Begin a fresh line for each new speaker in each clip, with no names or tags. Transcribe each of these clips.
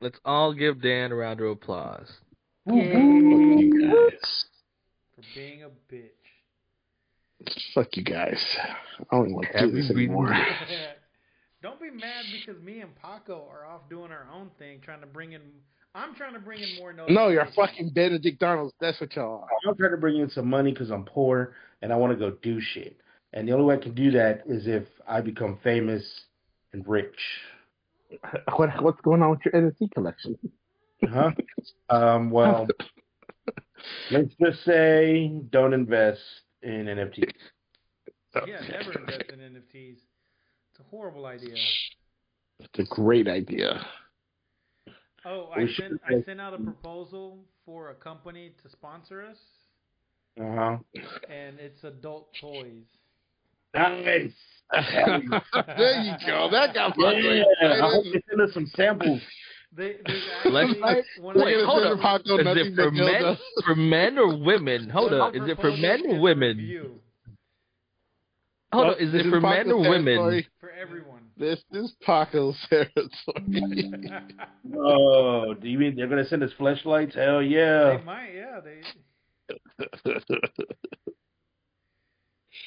Let's all give Dan a round of applause
Yay.
Fuck you guys.
for being a bitch.
Fuck you guys. I don't want to do this
Every
anymore.
week.
Don't be mad because me and Paco are off doing our own thing, trying to bring in. I'm trying to bring in more notes.
No, you're fucking Benedict Donalds. That's what y'all are.
I'm trying to bring in some money because I'm poor and I want to go do shit. And the only way I can do that is if I become famous and rich.
Uh, What, what's going on with your NFT collection?
Huh? um, well, let's just say don't invest in NFTs.
Yeah, never invest in NFTs. It's a horrible idea.
It's a great idea.
Oh,
We
I
should
sent I
invest
sent out a proposal for a company to sponsor us,
Uh huh.
and it's adult toys.
Nice.
there you go. That got
Yeah, I hope they send us some samples.
They, they've
Let's-
actually one of
Wait,
the-
hold up. Is it for men, for men or women? Hold
one
up.
of the
Is it for
proposals
men or
is
women?
review
Hold up. Is it for men or women?
For everyone.
This is Paco's territory.
Oh, do you mean they're gonna send us flashlights? Hell yeah!
They might, yeah. They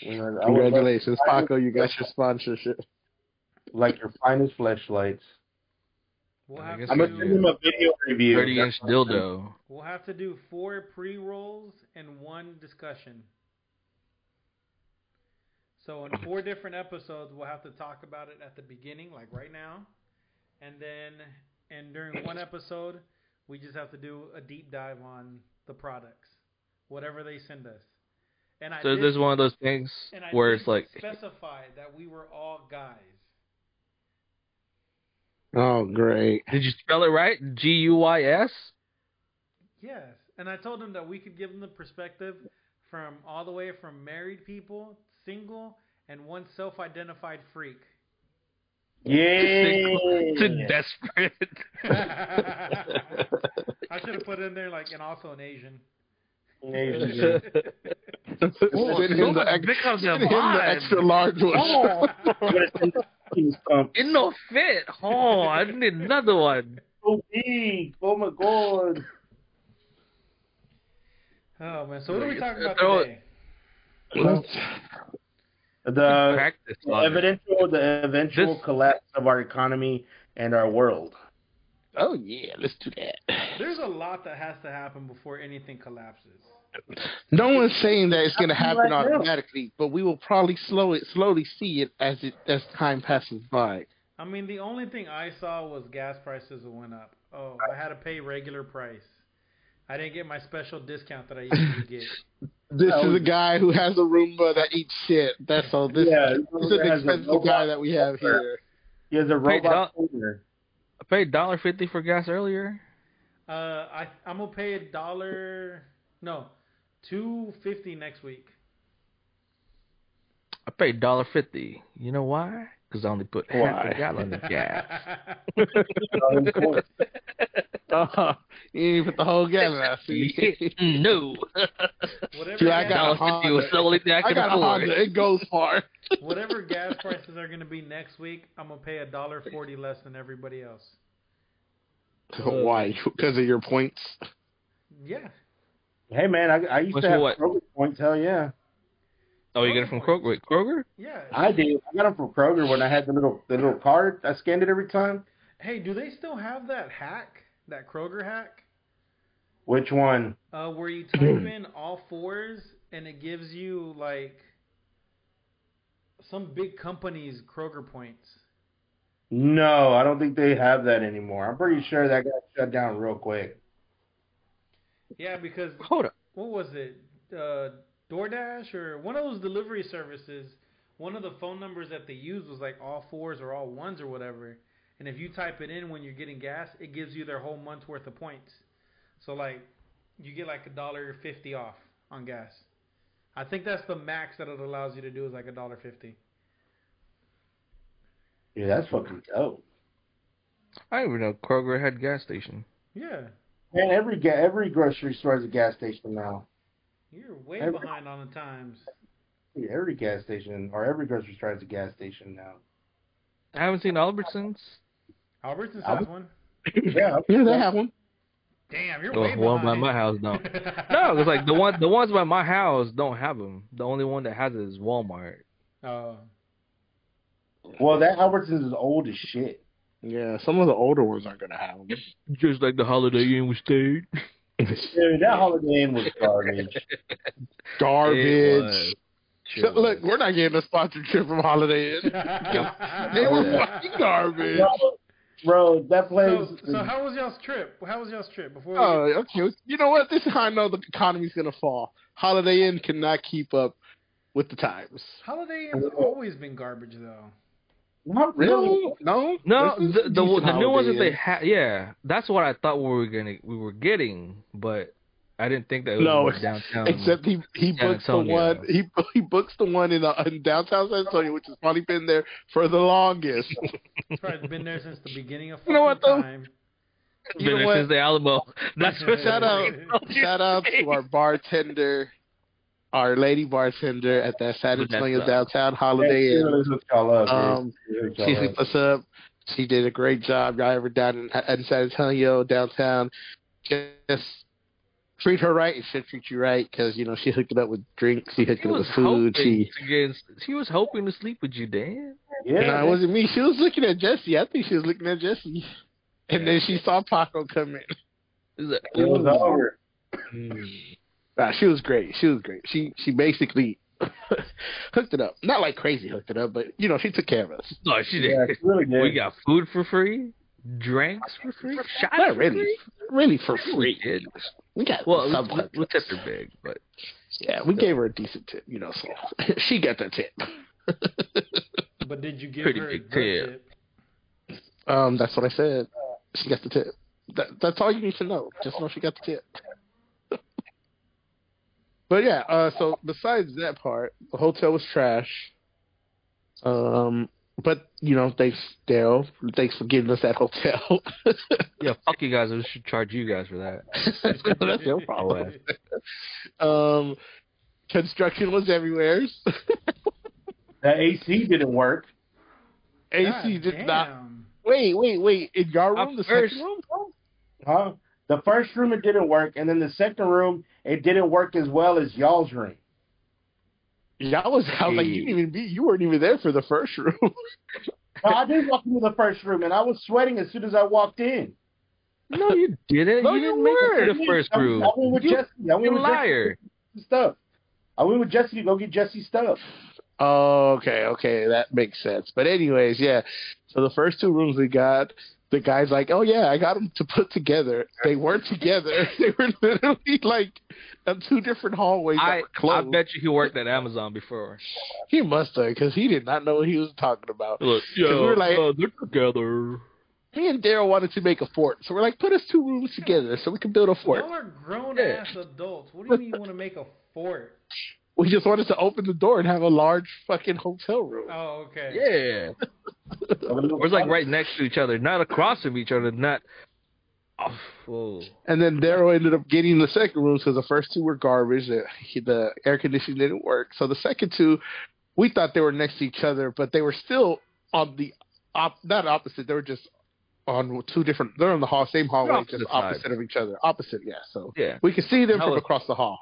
I would love-
Congratulations, Paco. You got your sponsorship.
like your finest flashlights.
we'll
I
have
guess
to
I'm gonna send
do,
them a video review.
30 inch dildo.
we'll have to do four pre rolls and one discussion. So in four different episodes, we'll have to talk about it at the beginning, like right now, and then and during one episode, we just have to do a deep dive on the products, whatever they send us. And I
So
did-
this is one of those things
and I
where
did
it's like,
specify that we were all guys.
Oh, great.
did you spell it right? G U Y S?
Yes, and I told him that we could give him the perspective from all the way from married people, single, and one self-identified freak.
Yeah.
To desperate.
I should have put in there like, and also an Asian.
Yeah.
Send him the ex-
becomes
send him the extra large one.
I'm gonna send the fucking pump.
It no fit. Oh, I need another one.
So big. Oh my god.
Oh man, so what are we talking about
Throw it.
today?
The
Practice
the
on it.
eventual the eventual
This-
collapse of our economy and our world.
Oh, yeah. Let's do that.
There's a lot that has to happen before anything collapses.
No one's saying that it's going to happen
right now.
automatically, but we will probably slow it, slowly see it as it as time passes by.
I mean, the only thing I saw was gas prices went up. Oh, I had to pay regular price. I didn't get my special discount that I usually get.
This
Oh.
is a guy who has a Roomba that eats shit. That's all. This,
Yeah,
this is an
has a
expensive
robot-
guy that we have here.
He has a robot owner.
I paid dollar fifty for gas earlier.
Uh, I I'm gonna pay a dollar. No, two fifty next week.
I paid dollar fifty. You know why? Because I only put half
Why?
a gallon of gas.
Oh, you didn't even put the whole gallon. I see.
no.
whatever,
Yeah, I
gas,
Dollar
got a
fifty was
Honda.
the only thing I
I
could
got a
afford.
Honda. It goes far.
whatever gas prices are gonna be next week, I'm gonna pay a dollar forty less than everybody else.
Why? Because of your points?
Yeah,
Hey man, I, I used
What's
to have
what?
Kroger points. Hell yeah,
Oh, you got it from Kroger? Wait, Kroger?
yeah.
I did. I got them from Kroger when I had the little the little card. I scanned it every time.
hey, do they still have that hack? That Kroger hack?
Which one?
Uh, where you type in all fours and it gives you like some big company's Kroger points.
No, I don't think they have that anymore. I'm pretty sure that got shut down real quick.
Yeah, because
Hold up.
what was it? Uh, DoorDash or one of those delivery services. One of the phone numbers that they used was like all fours or all ones or whatever. And if you type it in when you're getting gas, it gives you their whole month's worth of points. So like, you get like a dollar fifty off on gas. I think that's the max that it allows you to do is like a dollar fifty.
Yeah, that's fucking dope.
I didn't even know Kroger had a gas station.
Yeah,
Man, every ga- every grocery store has a gas station now.
you're way
Every-
behind on the times.
Yeah, Every gas station or every grocery store has a gas station now.
I haven't seen Albertsons.
Albertsons has
Albert-
one.
Yeah,
Yeah, they have one.
Damn, you're
The
way
one
behind.
by Oh, my house don't. No, it's like the one the ones by my house don't have them. The only one that has it is Walmart.
Oh,
Well, that Albertsons is old as shit.
Yeah, some of the older ones aren't gonna have them.
Just like the Holiday Inn we stayed.
Dude, that Holiday Inn was garbage.
It
Garbage.
was.
Look, we're not getting a sponsorship from Holiday Inn. They
Oh,
were fucking garbage.
Bro, bro, that place.
So, so how was y'all's trip? How was y'all's trip before?
Oh, okay. You know what? This is how I know the economy's gonna fall. Holiday Inn cannot keep up with the times.
Holiday Inn's always been garbage though.
not really.
No,
No,
This is
the the,
decent
the new ones
Holiday
that they
Inn.
had, yeah, that's what I thought we were gonna we were getting, but I didn't think that it was
No,
in downtown.
Except he he
San
books the
Antonio.
one he he books the one in, uh, in downtown San Antonio, which has probably been there for the longest.
It's probably been there since the beginning of fucking
You know what, though?
time.
Been
You
there
know what?
since the Alamo. That's what
Shout out, shout out to our bartender, our lady bartender at that San Antonio
Vanessa.
downtown
That
Holiday
shit
Inn.
is what y'all love, dude.
Um,
It's what
she
y'all love.
hooked us up. She did a great job. Y'all ever down in, in San Antonio downtown? Just treat her right, and she'll treat you right because you know she hooked it up with drinks. She hooked
She
it up
was
with food.
hoping
She
to get- she was hoping to sleep with you, Dan.
Yeah,
No, it wasn't me. She was looking at Jesse. I think she was looking at Jesse. And then she saw Paco come in.
It was like, "Oh,
it was over.
Hmm.
Nah, she was great. She was great. She she basically hooked it up. Not like crazy hooked it up, but you know, she took care of us.
no, she
Yeah,
didn't.
it's really good.
oh, We got food for free, drinks for free, shots
Not
for
really.
free.
Really for
Yeah,
free.
we did.
We got
Well,
some
we, we
tips.
tipped her big, but
Yeah, we gave her a decent tip, you know, so she got the tip.
But did you give
Pretty
her
big
her
tip.
tip?
Um, that's what I said. She got the tip. That, that's all you need to know. Just know she got the tip. but yeah, uh, so besides that part, the hotel was trash. Um, but you know, thanks Daryl. Thanks for giving us that hotel.
yeah, fuck you guys. We should charge you guys for that.
that's your
Oh,
problem.
uh,
Um, construction was everywhere.
The AC didn't work.
AC
God
did not.
damn.
Wait, wait, wait. In your room, the
first-
second room. bro?
Huh? The first room it didn't work, and then the second room it didn't work as well as y'all's room.
Yeah, I was. I was like, you didn't even be. You weren't even there for the first room.
No, I did walk into the first room, and I was sweating as soon as I walked in.
No, you didn't.
No,
you
you
didn't make it to
I
the
went-
first
I went-
room.
I went with
You-
Jesse. I went
You
with Jesse
liar.
Jesse's stuff. I went with Jesse to go get Jesse's stuff.
Oh, okay, okay, that makes sense. But anyways, yeah. So the first two rooms we got, the guy's like, "Oh yeah, I got them to put together." They weren't together. They were literally like on two different hallways that
I
were
I
closed.
bet you he worked at Amazon before.
He must have, because he did not know what he was talking about.
Look,
yeah, we were like- uh,
they're together.
Me and Daryl wanted to make a fort, so we're like, "Put us two rooms together so we can build a fort."
Y'all are grown ass adults. What do you mean you want to make a fort?
We just wanted to open the door and have a large fucking hotel room.
Oh, okay.
Yeah, we're like right next to each other, not across from each other, not. Oh, whoa.
And then Daryl ended up getting the second room because the first two were garbage. The, he- the air conditioning didn't work. So the second two, we thought they were next to each other, but they were still on the op, not opposite. They were just on two different. They're on the hall, same hallway,
Opposite
just
sides.
opposite of each other. Opposite, yeah. So
Yeah,
we could see them
That
from
was-
across the hall.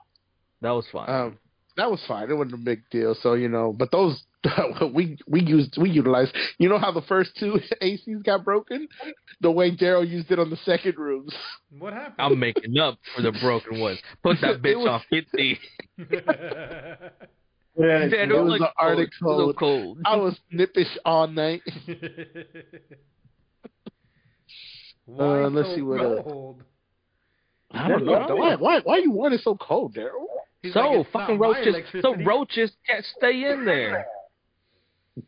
that was fun.
Um, that was fine. It wasn't a big deal. So you know, but those we we used we utilized. You know how the first two ACs got broken? The way Daryl used it on the second rooms.
What happened?
I'm making up for the broken ones. Put that
It
bitch
was-
on fifty.
Yeah,
Man,
it
I'm
was
like,
an
oh,
Arctic
it's so
cold.
cold.
I was nippish all night.
Why
Uh, let's
so
see what, uh,
cold?
I don't know. Why, why, why you want it so cold, Daryl?
He's
so
like, "It's not
fucking
my
roaches. So
electricity."
roaches can't stay in there.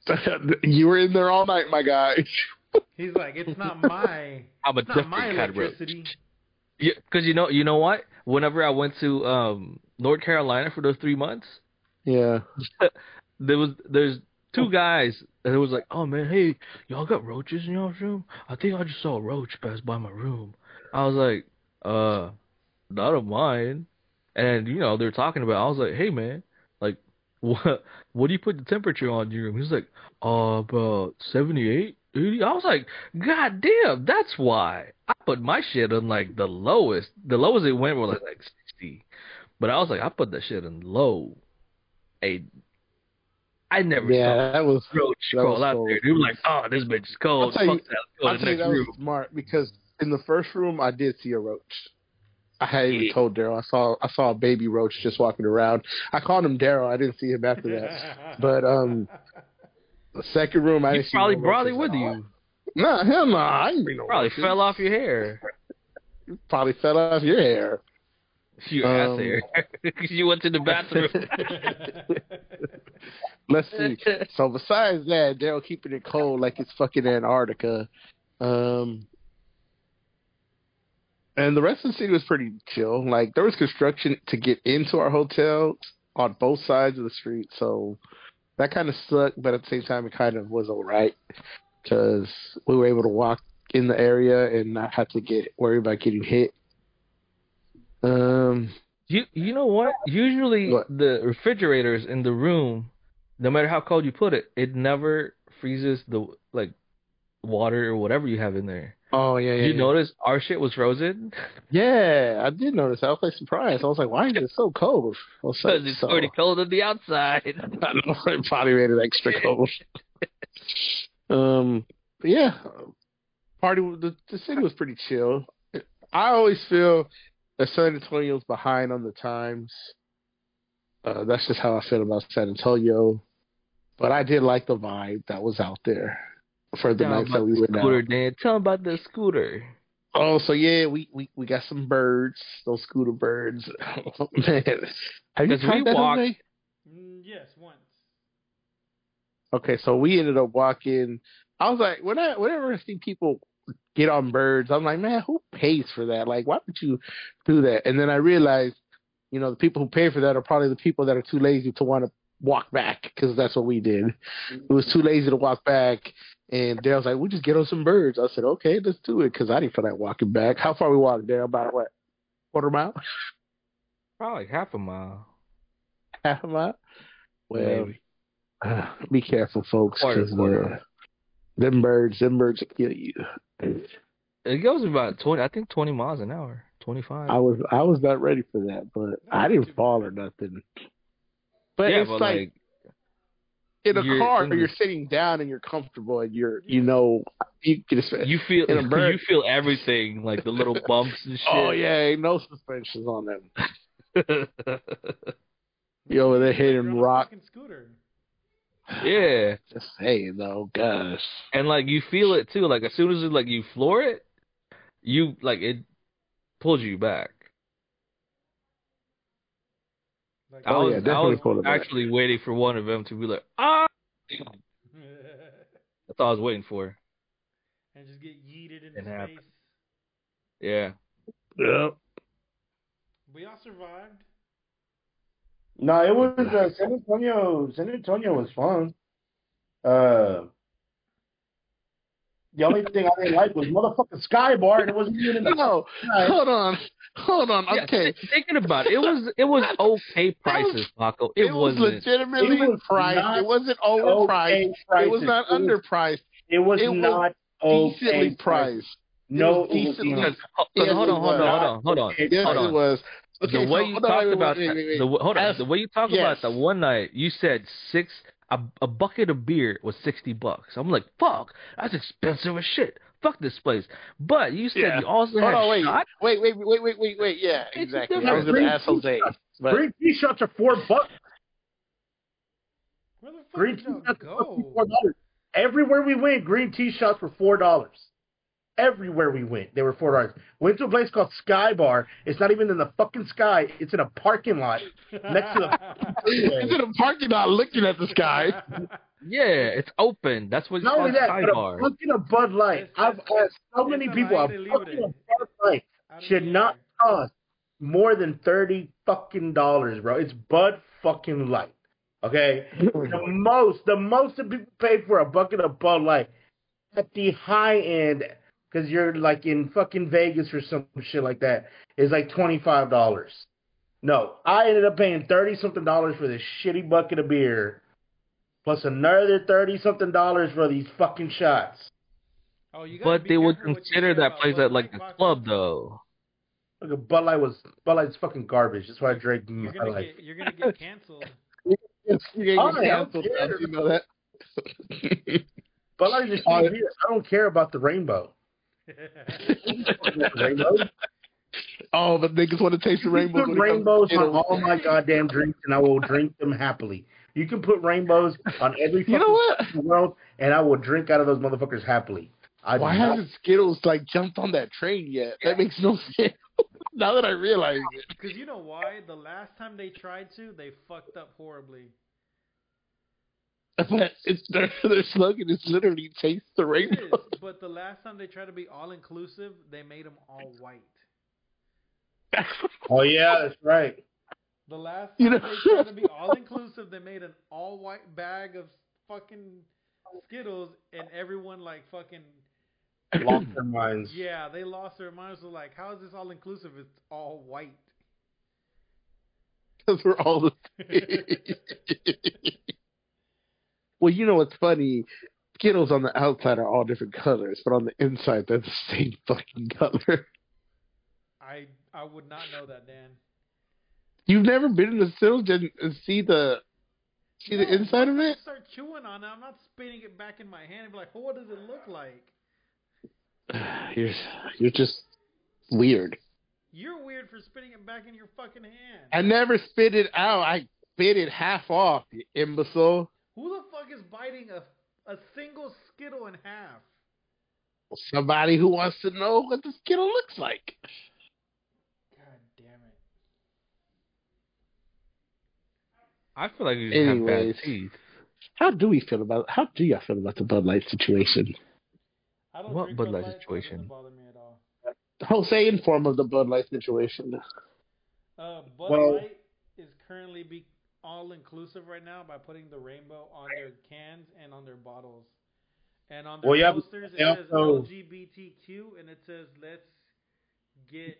you were in there all night, my guy.
He's like, it's not my,
I'm a
it's not
different
my
kind of roach.
electricity.
Because you know, you know what? Whenever I went to um, North Carolina for those three months,
Yeah.
there was there's two guys and it was like, oh man, hey, y'all got roaches in y'all's room? I think I just saw a roach pass by my room. I was like, uh, not of mine. And you know they're talking about. I was like, hey man, like what what do you put the temperature on in your room? He's like, uh, about 78, 80. I was like, God damn, that's why. I put my shit on like the lowest. The lowest it went was like, like 60. But I was like, I put that shit in low. Hey, I never saw
Yeah, that was.
roach
that was
crawl out there.
cold.
He was like, oh, this bitch is cold.
I'll tell
Fuck that.
I
Let's
think
go to the next
that was
room.
smart because in the first room I did see a roach. I hadn't even
Yeah.
told Daryl. I saw I saw a baby roach just walking around. I called him Daryl. I didn't see him after that. But, um, The second room I
You
didn't see
probably
no
brought it
roaches
with
at all.
you.
Nah, hell no. I ain't been no
Probably
roaches.
fell off your hair.
Probably fell off your hair.
Your ass
Um,
hair. you went to the bathroom.
Let's see. So besides that, Daryl keeping it cold like it's fucking Antarctica. Um and the rest of the city was pretty chill. Like there was construction to get into our hotel on both sides of the street, so that kind of sucked. But at the same time, it kind of was alright because we were able to walk in the area and not have to get worried about getting hit. Um,
You you know what? Usually
What?
the refrigerators in the room, no matter how cold you put it, it never freezes the like water or whatever you have in there.
oh yeah, yeah.
you
yeah.
notice our shit was frozen
Yeah, I did notice. I was like surprised. I was like, why is it so cold? I was like,
because it's
so-
already cold on the outside.
I don't know. It probably made it extra cold. um, but yeah, party. The, the city was pretty chill. I always feel that San Antonio's behind on the times. Uh, that's just how I feel about San Antonio. But I did like the vibe that was out there for the
Tell 'em
nights that
about
we
the
went out.
scooter, Dan. Tell 'em about the scooter.
Oh, so yeah, we, we, we got some birds, those scooter birds. Man, have you
'Cause we
tried that
walked-
away?
Mm, yes, once.
Okay, so we ended up walking. I was like, when I whenever I see people get on birds, I'm like, man, who pays for that? Like, why would you do that? And then I realized, you know, the people who pay for that are probably the people that are too lazy to want to walk back because that's what we did. It was too lazy to walk back. And Daryl's like, we just get on some birds. I said, okay, let's do it because I didn't feel like walking back. How far we walked, Daryl? About what? Quarter mile?
Probably like half a mile.
half a mile. Well,
Maybe.
be careful, folks,
Quarter,
because
quarter.
them birds, them birds will kill you.
It goes about twenty. I think twenty miles an hour. Twenty five.
I was I was not ready for that, but I didn't fall or nothing. But
yeah,
it's
but
like,
like
in a
you're
car,
in the-
you're sitting down and you're comfortable, and you're you know you can just
you feel
in a bird-
you feel everything like the little bumps and shit.
oh yeah, ain't no suspensions on them.
yeah.
You over there hitting
You're on a
rock.
fucking Scooter.
yeah.
Just saying though, gosh,
and like you feel it too. Like as soon as it, like you floor it, you like it pulls you back.
Like,
I
Oh,
was,
yeah,
I
definitely
was
pull it back.
actually waiting for one of them to be like, ah, that's all I was waiting for.
and just get yeeted into
It
space.
happened. Yeah,
yep.
We all survived.
No, it was uh, San Antonio. San Antonio was fun. Uh, the only thing I didn't like was motherfucking Skybar, and it wasn't even in the
No,
sky.
hold on, hold on.
Yeah,
Okay,
thi- thinking about it, it was it was okay prices, Paco. It,
was
wasn't.
legitimately
It was
priced.
not
It wasn't overpriced.
Okay
It was
prices.
not
It was-
underpriced.
It was
it was
not
decently
okay
priced.
No,
It was
it was
decently-
not.
Because- ho- 'cause
Yes,
hold
it
on, hold
was.
on, hold on, hold on.
Okay
Yes,
Hold
priced.
it
on.
was. Okay,
the way
so,
you
hold on,
talked
wait, wait,
about
wait,
that,
wait, wait.
the w- hold on,
Ask-
the way you talked
yes.
about that one night, you said six a, a bucket of beer was sixty bucks. I'm like, fuck, that's expensive as shit. Fuck this place. But you said
Yeah.
you also
Hold
had
on, wait,
shot.
wait, wait, wait, wait, wait, wait. Yeah,
It's
exactly.
different.
I was gonna ask Jose, but
Green tea shots are four bucks.
Where the fuck
Green
did
tea
y'all
shots are fucking four
go?
dollars. Everywhere we went, green tea shots were four dollars. Everywhere we went, they were four dollars. Went to a place called Sky Bar. It's not even in the fucking sky. It's in a parking lot next to the freeway.
he's in a parking lot looking at the sky.
Yeah, it's open. That's what it's
Not only
called
that, but
sidebar.
a fucking a Bud Light.
It's-
I've asked so many
it's
people.
like
A
they leave it
fucking
in.
a Bud
I
Light
don't
should
know.
not cost more than thirty fucking dollars, bro. It's Bud fucking Light. Okay, the most, the most that people pay for a bucket of Bud Light at the high end, because you're like in fucking Vegas or some shit like that, is like twenty five dollars. No, I ended up paying thirty something dollars for this shitty bucket of beer, plus another thirty something dollars for these fucking shots.
Oh, you gotta
But
be
they would
careful what you
consider
say
that
about
place
Bud
at like
Light
a
vodka.
club though.
Look, at Bud Light was Bud Light's fucking garbage. That's why I drank
You're
my
gonna
life.
get you're gonna get canceled.
It's, you ain't
Oh,
gonna
yeah,
cancel
yeah.
us, you know that.
Bud Light is just
Oh, yeah.
shitty beer. I don't care about the rainbow. rainbow.
oh, but niggas want to taste the
You
rainbows.
put
when it comes
rainbows
to
on
dinner.
all my goddamn drinks, and I will drink them happily. You can put rainbows on every fucking
You know what?
in the world, and I will drink out of those motherfuckers happily. I
Why
do not-
hasn't Skittles like jumped on that train yet? That makes no sense. now that I realize it,
Because you know why? The last time they tried to, they fucked up horribly.
but it's their their slogan is literally taste the
It
rainbow.
is, but the last time they tried to be all inclusive, they made them all white.
Oh yeah, that's right.
The last time
You know-
they tried to be all inclusive, they made an all white bag of fucking Skittles, and everyone like fucking
Lost their minds.
yeah, they lost their minds. Were like, how is this all inclusive? It's all white.
Because we're all the same. well, you know what's funny? Skittles on the outside are all different colors, but on the inside they're the same fucking color.
I I would not know that, Dan.
You've never been in the Skittles and and see the see the
No,
inside of
once I
it?
Start chewing on it. I'm not spitting it back in my hand and be like, well, what does it look like?
You're you're just weird.
You're weird for spitting it back in your fucking hand.
I never spit it out. I spit it half off, you imbecile.
Who the fuck is biting a a single Skittle in half?
Somebody who wants to know what the Skittle looks like.
God damn it.
I feel like you just have
Anyways.
bad teeth.
How do we feel about how do y'all feel about the Bud Light situation?
I don't
What
drink
Bud
Bud
Light
Light, so it doesn't
situation?
bother me at all.
Jose, inform of the Bud Light situation.
Uh, Bud
Well-
Light is currently be all inclusive right now by putting the rainbow on their cans and on their bottles. And on their
Well, yeah, but
posters,
they
it says
also-
LGBTQ and it says let's get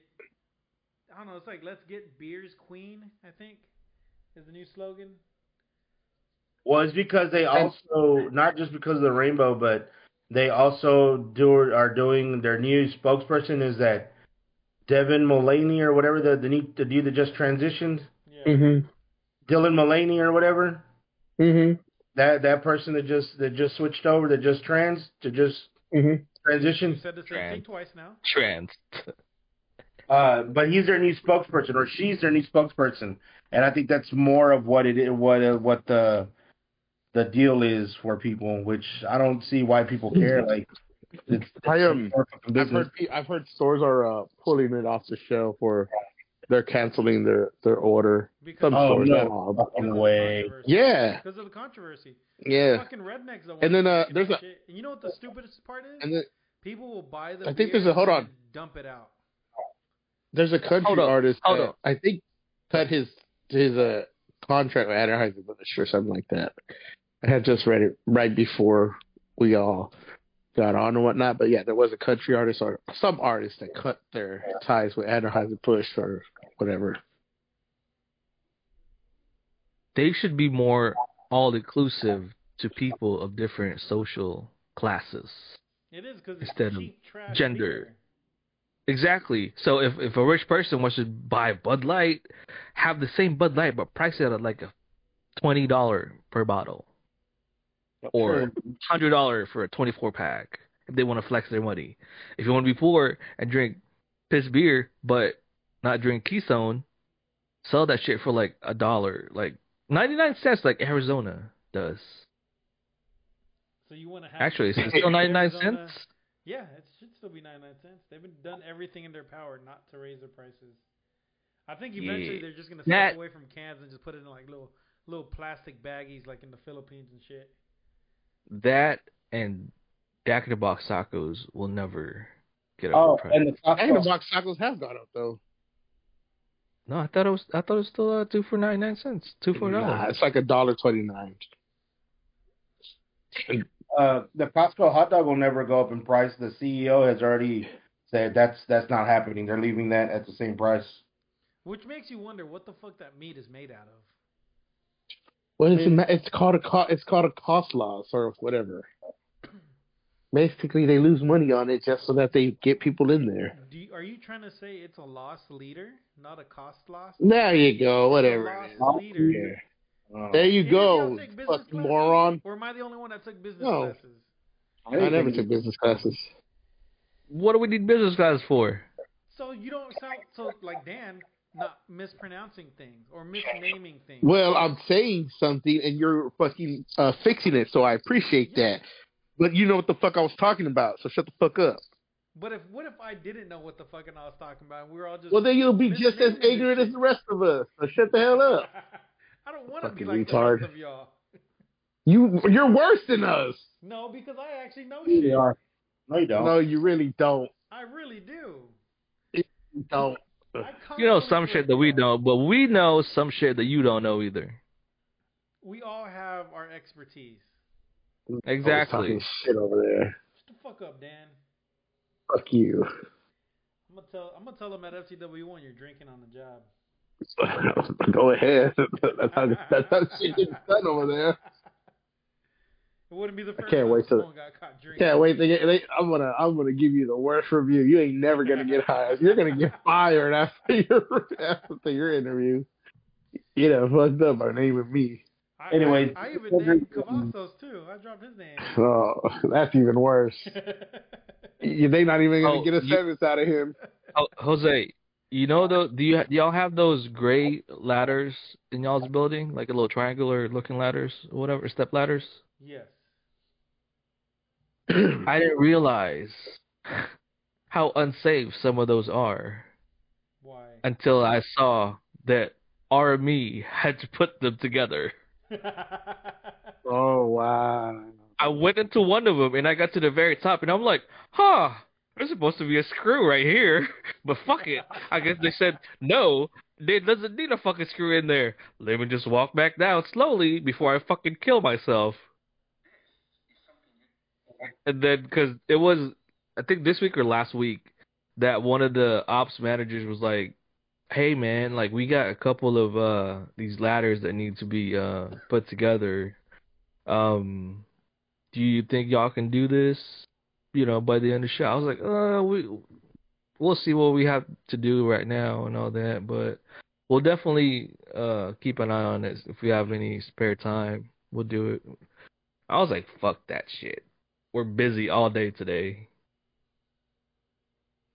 I don't know, it's like let's get beers queen, I think is the new slogan.
Well, it's because they also not just because of the rainbow, but they also do are doing their new spokesperson is that Devin Mullaney or whatever the the new the dude that just transitioned,
Yeah.
Mm-hmm.
Dylan Mullaney or whatever
Mm-hmm.
that that person that just that just switched over that just trans to just
Mm-hmm.
You
transition.
said the same thing
Trans.
twice now.
Trans.
Uh, but he's their new spokesperson or she's their new spokesperson, and I think that's more of what it is, what uh, what the the deal is for people, which I don't see why people care. Like, it's,
I am.
more fucking
I've
business.
heard pe- I've heard stores are uh, pulling it off the shelf or they're canceling their their order.
Because
Some
Oh,
stores,
no.
not all. but-
Fucking way.
Yeah,
Because of the controversy.
yeah.
Fucking rednecks. That
And
want
then, uh,
to
there's
that
a-
shit. And you know what the stupidest part is?
And then
People will buy the.
I think
beer
there's a- hold
and
on.
Dump it out.
there's a country
Hold up,
artist.
hold
that
up.
I think cut his his uh, contract with Anheuser Busch or something like that. I had just read it right before we all got on and whatnot. But yeah, there was a country artist or some artist that cut their ties with Anheuser Busch or whatever.
They should be more all inclusive to people of different social classes.
It is because it's
Instead of
cheap trash
gender.
beer.
Exactly. So if if a rich person wants to buy Bud Light, have the same Bud Light but price it at like a twenty dollar per bottle or hundred dollar for a twenty four pack if they want to flex their money. If you want to be poor and drink piss beer but not drink Keystone, sell that shit for like a dollar, like ninety nine cents, like Arizona does.
So you want to have
Actually, it's still ninety nine cents.
Yeah, it should still be ninety nine cents. They've been done everything in their power not to raise their prices. I think eventually
Yeah.
they're just gonna
That-
step away from cans and just put it in like little little plastic baggies like in the Philippines and shit.
That and Jack in the Box tacos will never get
Oh,
over price.
and the
And the
Costco.
box tacos have gone up though.
No, I thought it was. I thought it was still uh, two for ninety nine cents. Two for
Nah,
dollars.
it's like a dollar twenty nine.
Uh, the Costco hot dog will never go up in price. E The CEO has already said that's that's not happening. They're leaving that at the same price.
Which makes you wonder what the fuck that meat is made out of.
Well, it's not, it's called a co- it's called a cost loss or whatever. Basically, they lose money on it just so that they get people in there.
Do you, are you trying to say it's a lost leader, not a cost loss?
There you go. Whatever. it is.
Lost leader.
Yeah. There
Um,
you
Did y'all
go,
take business
fucking
classes?
moron.
Or am I the only one that took business
No.
classes?
I never took business classes.
What do we need business class for?
So you don't sound so like Dan, not mispronouncing things or misnaming things.
Well, I'm saying something and you're fucking uh, fixing it, so I appreciate that. But you know what the fuck I was talking about, so shut the fuck up.
But if what if I didn't know what the fucking I was talking about? And we were all just
Well, then you'll be just as ignorant as the rest of us. So shut the hell up.
I don't want to be
Fucking
like the
retard.
rest of y'all.
You you're worse than us.
No, because I actually know
You
shit.
are. No, you don't.
No, you really don't.
I really do.
You don't.
I
You know some
constantly
shit that we
forget.
don't, but we know some shit that you don't know either.
We all have our expertise.
Exactly.
Always talking shit over there.
Shut the fuck up, Dan.
Fuck you.
I'm gonna tell I'm gonna tell them at FCW one you're drinking on the job.
Go ahead. that's how that's how shit gets done over there.
It wouldn't be the first
can't
time
wait to-
someone got caught drinking.
Can't wait to get. They, I'm gonna. I'm gonna give you the worst review. You ain't never gonna get hired. You're gonna get fired after your after your interview. You know, fucked up our name with me.
I,
Anyways,
I, I even named Cavazos too. I dropped his name.
Oh, that's even worse. You- They not even gonna
Oh,
get a
you-
sentence out of him.
Oh, Jose, you know the do you do y'all have those gray ladders in y'all's building, like a little triangular looking ladders, or whatever, step ladders?
yes.
I didn't realize how unsafe some of those are
Why?
until I saw that RME had to put them together.
Oh wow.
I went into one of them and I got to the very top and I'm like, huh, there's supposed to be a screw right here, but fuck it. I guess they said, no, there doesn't need a fucking screw in there. Let me just walk back down slowly before I fucking kill myself. And then, because it was, I think this week or last week, that one of the ops managers was like, hey man, like we got a couple of uh these ladders that need to be uh put together. Um, do you think y'all can do this? You know, by the end of the show, I was like, uh, we we'll see what we have to do right now and all that, but we'll definitely uh keep an eye on this if we have any spare time. We'll do it. I was like, fuck that shit. We're busy all day today.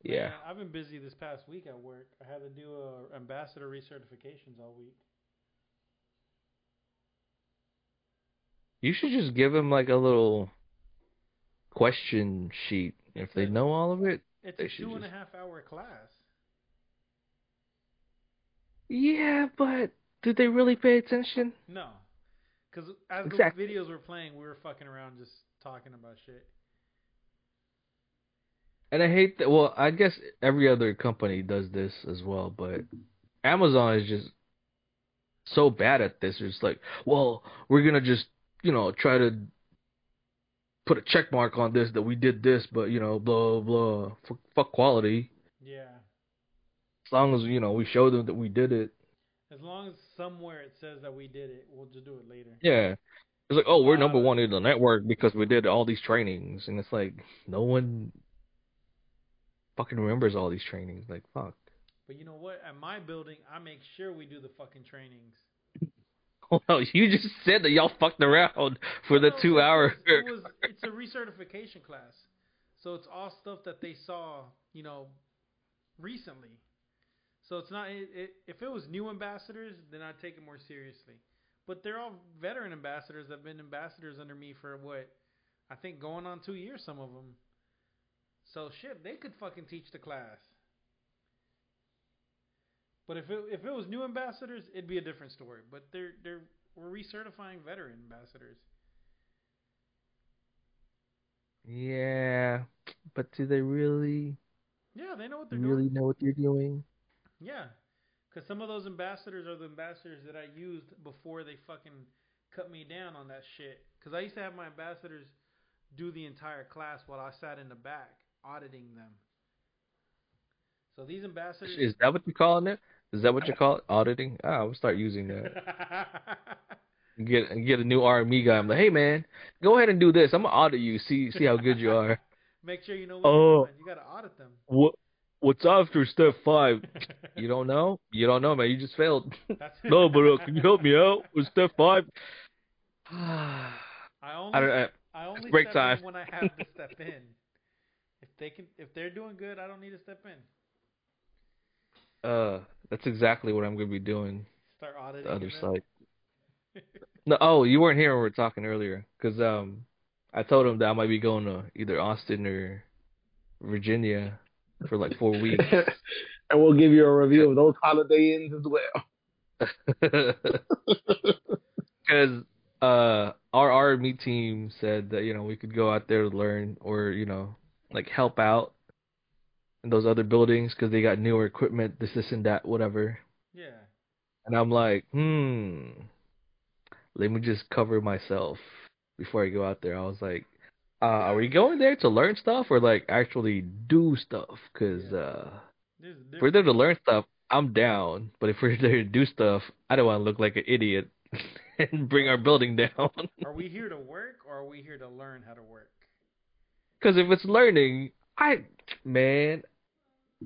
Yeah.
Man, I've been busy this past week at work. I had to do uh, ambassador recertifications all week.
You should just give them like a little question sheet. If they know all of it,
It's
They
a
should
two and a
just-
half hour class.
yeah, but did they really pay attention?
No. Because as
Exactly.
the videos were playing, we were fucking around just talking about shit.
And I hate that. Well, I guess every other company does this as well, but Amazon is just so bad at this. It's like, well, we're gonna just, you know, try to put a check mark on this that we did this, but you know, blah blah. Fuck, fuck quality.
Yeah.
As long as you know we show them that we did it.
As long as somewhere it says that we did it, we'll just do it later.
Yeah. It's like, oh, we're number
Uh,
one in the network because we did all these trainings, and it's like no one fucking remembers all these trainings. Like, fuck.
But you know what? At my building, I make sure we do the fucking trainings.
Well, Oh, you just said that y'all fucked around for the
No,
two
it
hour.
was- It was, it's a recertification class, so it's all stuff that they saw, you know, recently. So it's not. It, it, if it was new ambassadors, then I'd take it more seriously. But they're all veteran ambassadors. that have been ambassadors under me for what, I think, going on two years. Some of them. So shit, they could fucking teach the class. But if it, if it was new ambassadors, it'd be a different story. But they're they're we're recertifying veteran ambassadors.
Yeah, but do they really,
Yeah, they know what they're
really
doing.
know what you're doing?
Yeah, because some of those ambassadors are the ambassadors that I used before they fucking cut me down on that shit. Because I used to have my ambassadors do the entire class while I sat in the back auditing them. So these ambassadors,
Is that what you're calling it? Is that what you call it? Auditing? Ah, we'll start using that. Get get a new RME guy. I'm like, hey man, go ahead and do this. I'm gonna audit you. See see how good you are.
Make sure you know what
Oh.
you're doing. You gotta audit them.
What what's after step five? You don't know? You don't know, man. You just failed.
That's-
no, but uh, can you help me out with step five?
I only
I don't. I,
I only
break
step
time.
in when I have to step in. If they can, if they're doing good, I don't need to step in.
Uh, that's exactly what I'm gonna be doing.
Start auditing.
The other
them.
side. No, oh, you weren't here when we were talking earlier, because um, I told him that I might be going to either Austin or Virginia for like four weeks.
and we'll give you a review of those Holiday Inns as well.
Because uh, our army team said that you know we could go out there to learn or you know like help out in those other buildings because they got newer equipment, this, this, and that, whatever.
Yeah.
And I'm like, hmm, let me just cover myself before I go out there. I was like, uh, are we going there to learn stuff or like actually do stuff? Because
Yeah.
uh,
There's a
if we're there to learn stuff, I'm down. But if we're there to do stuff, I don't want to look like an idiot and bring our building down.
difference. Are we here to work or are we here to learn how to work?
Because if it's learning, I, man,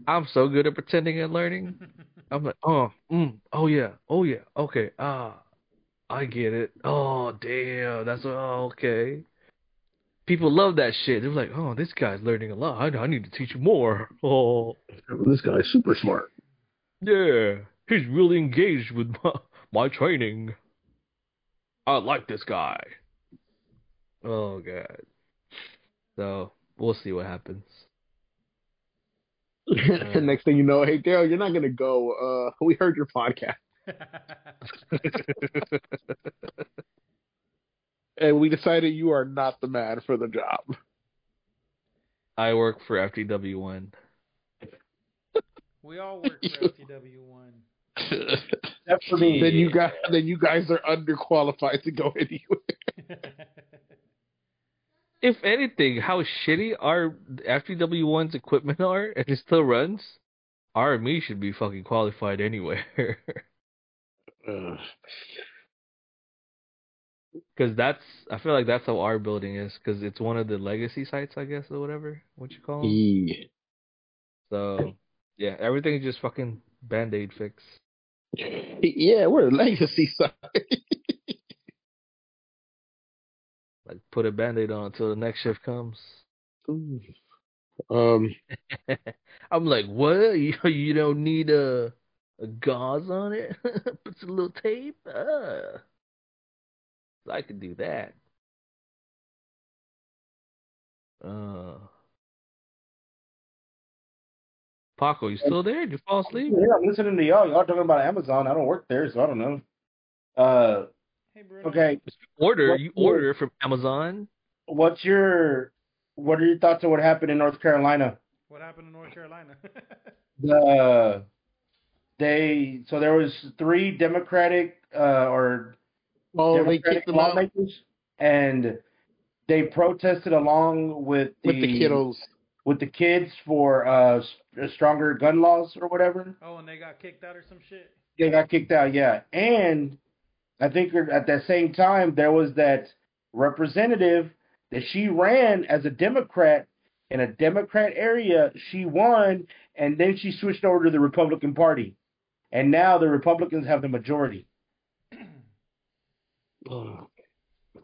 I'm so good at pretending and learning. I'm like, oh, mm, oh yeah, oh yeah, okay, ah, I get it. Oh damn, that's oh, okay. People love that shit. They're like, oh, this guy's learning a lot. I, I need to teach him more. Oh
This guy's super smart.
yeah, he's really engaged with my my training. I like this guy. Oh god. So we'll see what happens.
and next thing you know, hey Daryl, you're not gonna go. Uh, we heard your podcast, and we decided you are not the man for the job.
I work for FTW one.
we all work for LTW one.
Except for me.
Then you guys, then you guys are underqualified to go anywhere.
if anything, how shitty our FTW1's equipment are and it still runs, RME should be fucking qualified anywhere. Because that's, I feel like that's how our building is, because it's one of the legacy sites, I guess, or whatever, what you call 'em.
Yeah.
So, yeah, everything is just fucking band aid fix.
yeah, we're a legacy side.
Like, put a band aid on until the next shift comes.
Um,
I'm like, what? You, you don't need a, a gauze on it? Put some little tape? Uh, I could do that. Uh, Paco, you still there? Did you fall asleep?
Yeah, I'm listening to y'all. Y'all talking about Amazon. I don't work there, so I don't know. Uh,
hey, Bruno.
okay.
Order,
What-
you order from Amazon.
What's your what are your thoughts on what happened in North Carolina?
What happened in North Carolina?
The they so there was three Democratic uh, or
oh, they
Democratic
kicked them out
lawmakers, and they protested along with the
with the kiddos.
with the kids for uh, s- stronger gun laws or whatever.
oh, and they got kicked out or some shit.
They got kicked out, yeah. And I think at that same time there was that representative that she ran as a Democrat in a Democrat area. She won, and then she switched over to the Republican Party, and now the Republicans have the majority.
Ugh.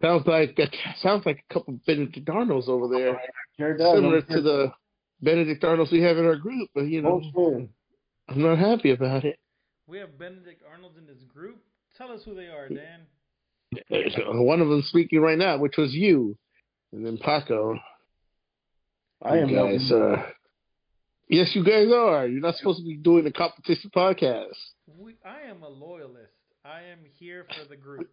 Sounds like sounds like a couple Benedict Arnolds over there,
Sure does.
similar to the Benedict Arnolds we have in our group. But you know,
Bullshit.
I'm not happy about it.
We have Benedict Arnold in this group. Tell us who they are, Dan.
Uh, One of them speaking right now, which was you, and then Paco.
I am
you guys. Uh, yes, you guys are. You're not supposed to be doing a competition podcast.
We, I am a loyalist. I am here for the group.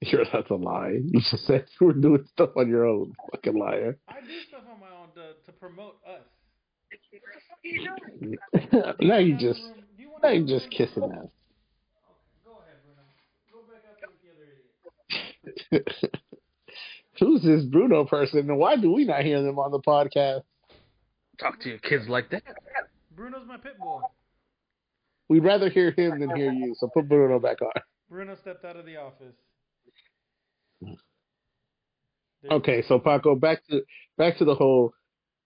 You're that's a lie. You just said you were doing stuff on your own. Fucking liar.
I do stuff on my own to, to promote us.
now you just
Do you want
now you just kissing ass.
Go ahead, Bruno. Go back out there with the other idiot.
Who's this Bruno person, and why do we not hear them on the podcast?
Talk to your kids like that.
Bruno's my pit bull.
We'd rather hear him than hear you. So put Bruno back on.
Bruno stepped out of the office. There-
Okay, so Paco, back to back to the whole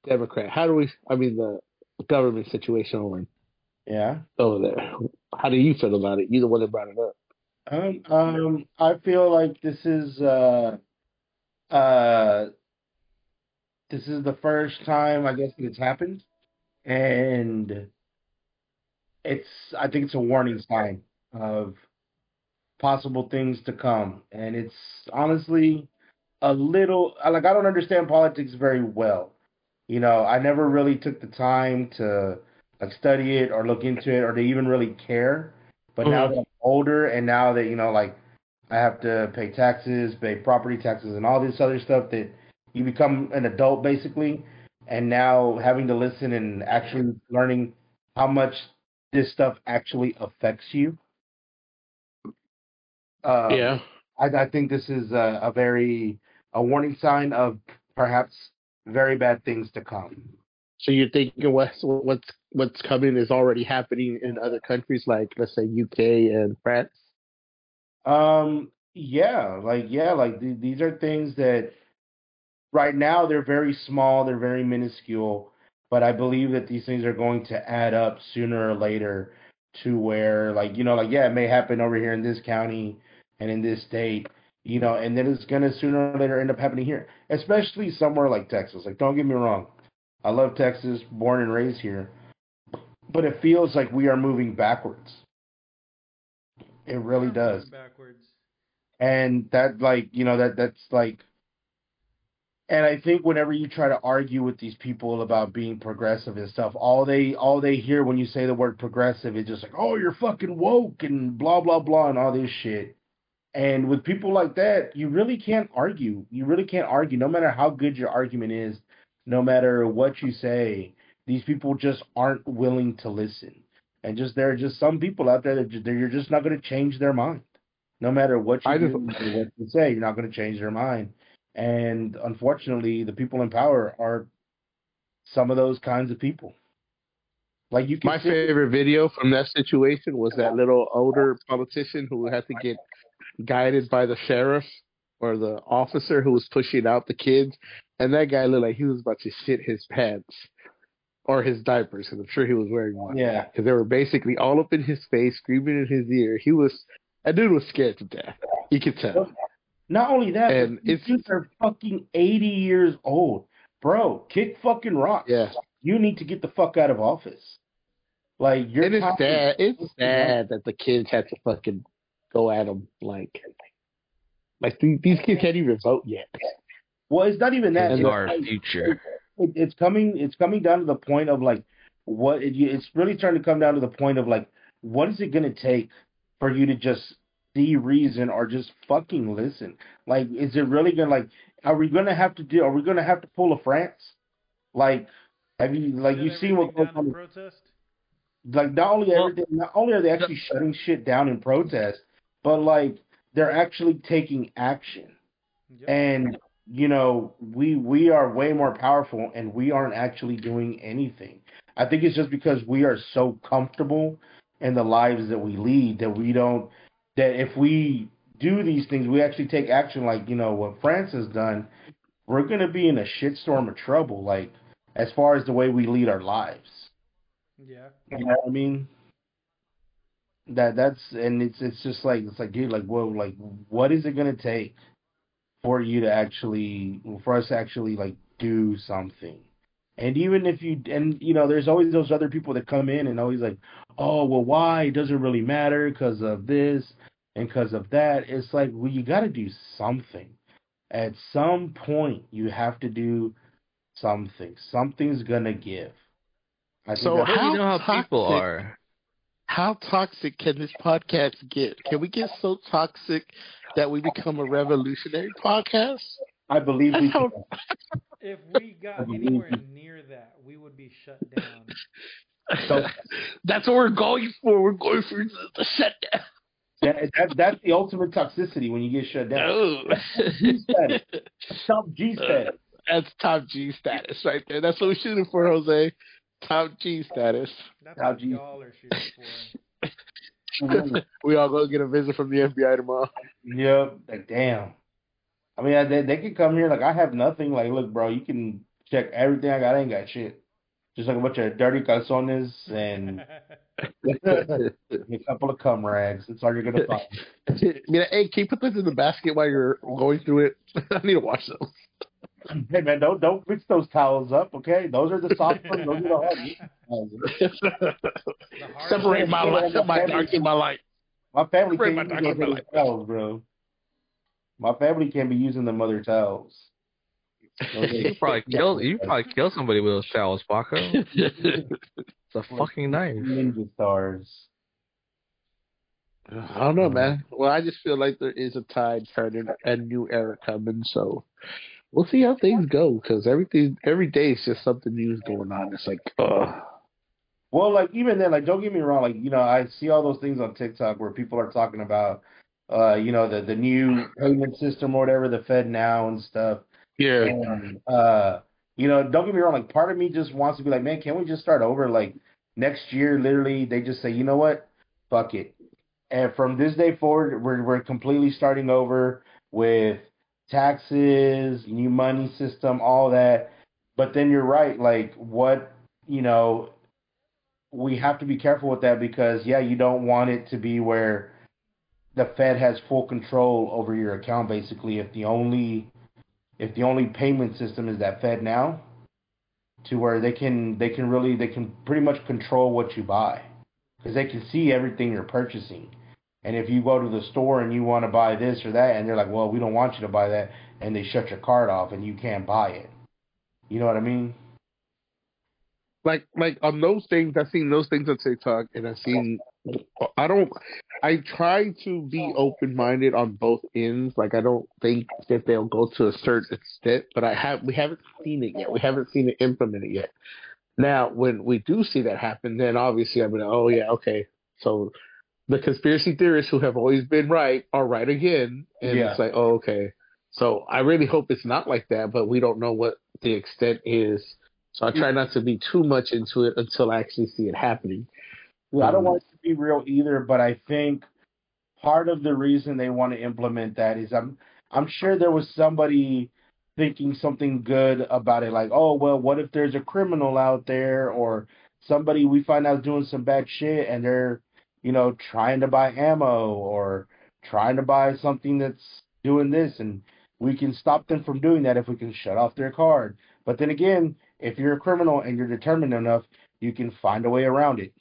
Democrat. How do we? I mean, the government situation over
Yeah.
over there. How do you feel about it? You're the one that brought it up.
Um, um, I feel like this is uh, uh, this is the first time I guess that it's happened, and it's I think it's a warning sign of possible things to come, and it's honestly a little I- like I don't understand politics very well. You know, I never really took the time to like study it or look into it or to even really care. But now
Mhm.
that I'm older and now that you know, like I have to pay taxes, pay property taxes, and all this other stuff that you become an adult basically. And now having to listen and actually learning how much this stuff actually affects you. Uh,
Um,
I, I think this is a, a very a warning sign of perhaps very bad things to come.
So you're thinking what's what's what's coming is already happening in other countries, like let's say UK and France.
Um, yeah, like yeah, like th- these are things that right now they're very small, they're very minuscule, but I believe that these things are going to add up sooner or later to where like you know like yeah, it may happen over here in this county and in this state, you know, and then it's gonna sooner or later end up happening here, especially somewhere like Texas. Like don't get me wrong, I love Texas, born and raised here, but it feels like we are moving backwards. It
Mm-hmm.
really does
Backwards.
and that like you know that that's like and i think whenever you try to argue with these people about being progressive and stuff all they all they hear when you say the word progressive is just like oh you're fucking woke and blah blah blah and all this shit and with people like that you really can't argue you really can't argue no matter how good your argument is no matter what you say these people just aren't willing to listen and just there are just some people out there that ju- that you're just not going to change their mind no matter what you
I
do,
just-
or what you say you're not going to change their mind and unfortunately the people in power are some of those kinds of people like you can
My
sit-
favorite video from that situation was that little older politician who had to get guided by the sheriff or the officer who was pushing out the kids, and that guy looked like he was about to shit his pants or his diapers, because I'm sure he was wearing one.
yeah
because they were basically all up in his face, screaming in his ear. He was that dude was scared to death. You could tell.
Not only that,
And
but these
it's-
dudes are fucking 80 years old. Bro, kick fucking rocks.
Yeah,
You need to get the fuck out of office. Like you're
and it's
copying-
sad. It's sad that the kids had to fucking go at him like, like the- these kids can't even vote yet.
Well, it's not even that.
And
You
It's,
the-
are
like,
future.
it- it's coming it's coming down to the point of like what it, it's really starting to come down to the point of like what is it going to take for you to just see reason or just fucking listen like is it really going to like are we going to have to do are we going to have to pull a france like have you like
Shut
you've seen what
everything
goes
down
on
in
in
protest.
like not only
Well-
everything not only are they actually shutting shit down in protest, but like they're actually taking action.
Yep.
And you know, we we are way more powerful and we aren't actually doing anything. I think it's just because we are so comfortable in the lives that we lead that we don't that if we do these things, we actually take action like, you know, what France has done, we're gonna be in a shitstorm of trouble, like as far as the way we lead our lives.
yeah.
You know what I mean? That that's and it's it's just like it's like dude, like whoa, like what is it gonna take for you to actually for us to actually like do something? And even if you and you know, there's always those other people that come in and always like, oh well, why it doesn't really matter because of this and because of that. It's like well, you got to do something. At some point, you have to do something. Something's gonna give. I think
So
that's-
But
How
you know how people
toxic-
are.
How toxic can this podcast get? Can we get so toxic that we become a revolutionary podcast?
I believe we
That's how-
can.
If we got anywhere near that, we would be shut down.
So-
That's what we're going for. We're going for the, the shutdown.
That, that, that's the ultimate toxicity when you get shut
Oh.
down.
No.
Stop G status.
That's top G status right there. That's what we're shooting for, Jose. Top G status.
That's
How
what
do you-
y'all are shooting for.
we all go get a visit from the FBI tomorrow.
Yep. Like, damn. I mean, I, they they could come here like I have nothing. Like, look, bro, you can check everything I got. I ain't got shit. Just like a bunch of dirty calzones and a couple of cum rags. That's all you're gonna find.
I mean, hey, can you put this in the basket while you're going through it? I need to wash those.
Hey man, don't don't mix those towels up, okay? Those are the soft ones. Those are the hard ones.
The hard
Separate my light, my dark and my light.
My family
Right,
can't
my
use
doctor
those
like-
towels, bro. My family can't be using them other towels.
You probably kill you probably kill somebody with those towels, Paco. It's a fucking knife.
ninja stars.
I don't know, man. Well, I just feel like there is a tide turning, a new era coming. So we'll see how things go because everything, every day is just something new is going on. It's like, ugh.
Well, like even then, like don't get me wrong, like you know, I see all those things on TikTok where people are talking about, uh, you know, the the new payment system or whatever, the Fed now and stuff.
yeah,
And, uh, you know, don't get me wrong, like part of me just wants to be like, man, can we just start over? Like next year, literally, they just say, you know what, fuck it, and from this day forward, we're we're completely starting over with taxes, new money system, all that. But then you're right, like what you know we have to be careful with that because yeah, you don't want it to be where the Fed has full control over your account basically if the only if the only payment system is that Fed now to where they can they can really they can pretty much control what you buy because they can see everything you're purchasing. And if you go to the store and you want to buy this or that and they're like, "Well, we don't want you to buy that." And they shut your card off and you can't buy it. You know what I mean?
like like on those things. I've seen those things on TikTok, and I've seen. I don't. I try to be open minded on both ends. Like I don't think that they'll go to a certain extent, but I have. We haven't seen it yet. We haven't seen it implemented yet. Now, when we do see that happen, then obviously I'm like, oh yeah, okay. So the conspiracy theorists who have always been right are right again, and
Yeah.
it's like, oh okay. So I really hope it's not like that, but we don't know what the extent is. So I try not to be too much into it until I actually see it happening.
Well, I don't
Um,
want it to be real either, but I think part of the reason they want to implement that is I'm I'm sure there was somebody thinking something good about it, like, oh well, what if there's a criminal out there or somebody we find out doing some bad shit and they're you know trying to buy ammo or trying to buy something that's doing this and we can stop them from doing that if we can shut off their card. But then again, if you're a criminal and you're determined enough, you can find a way around it.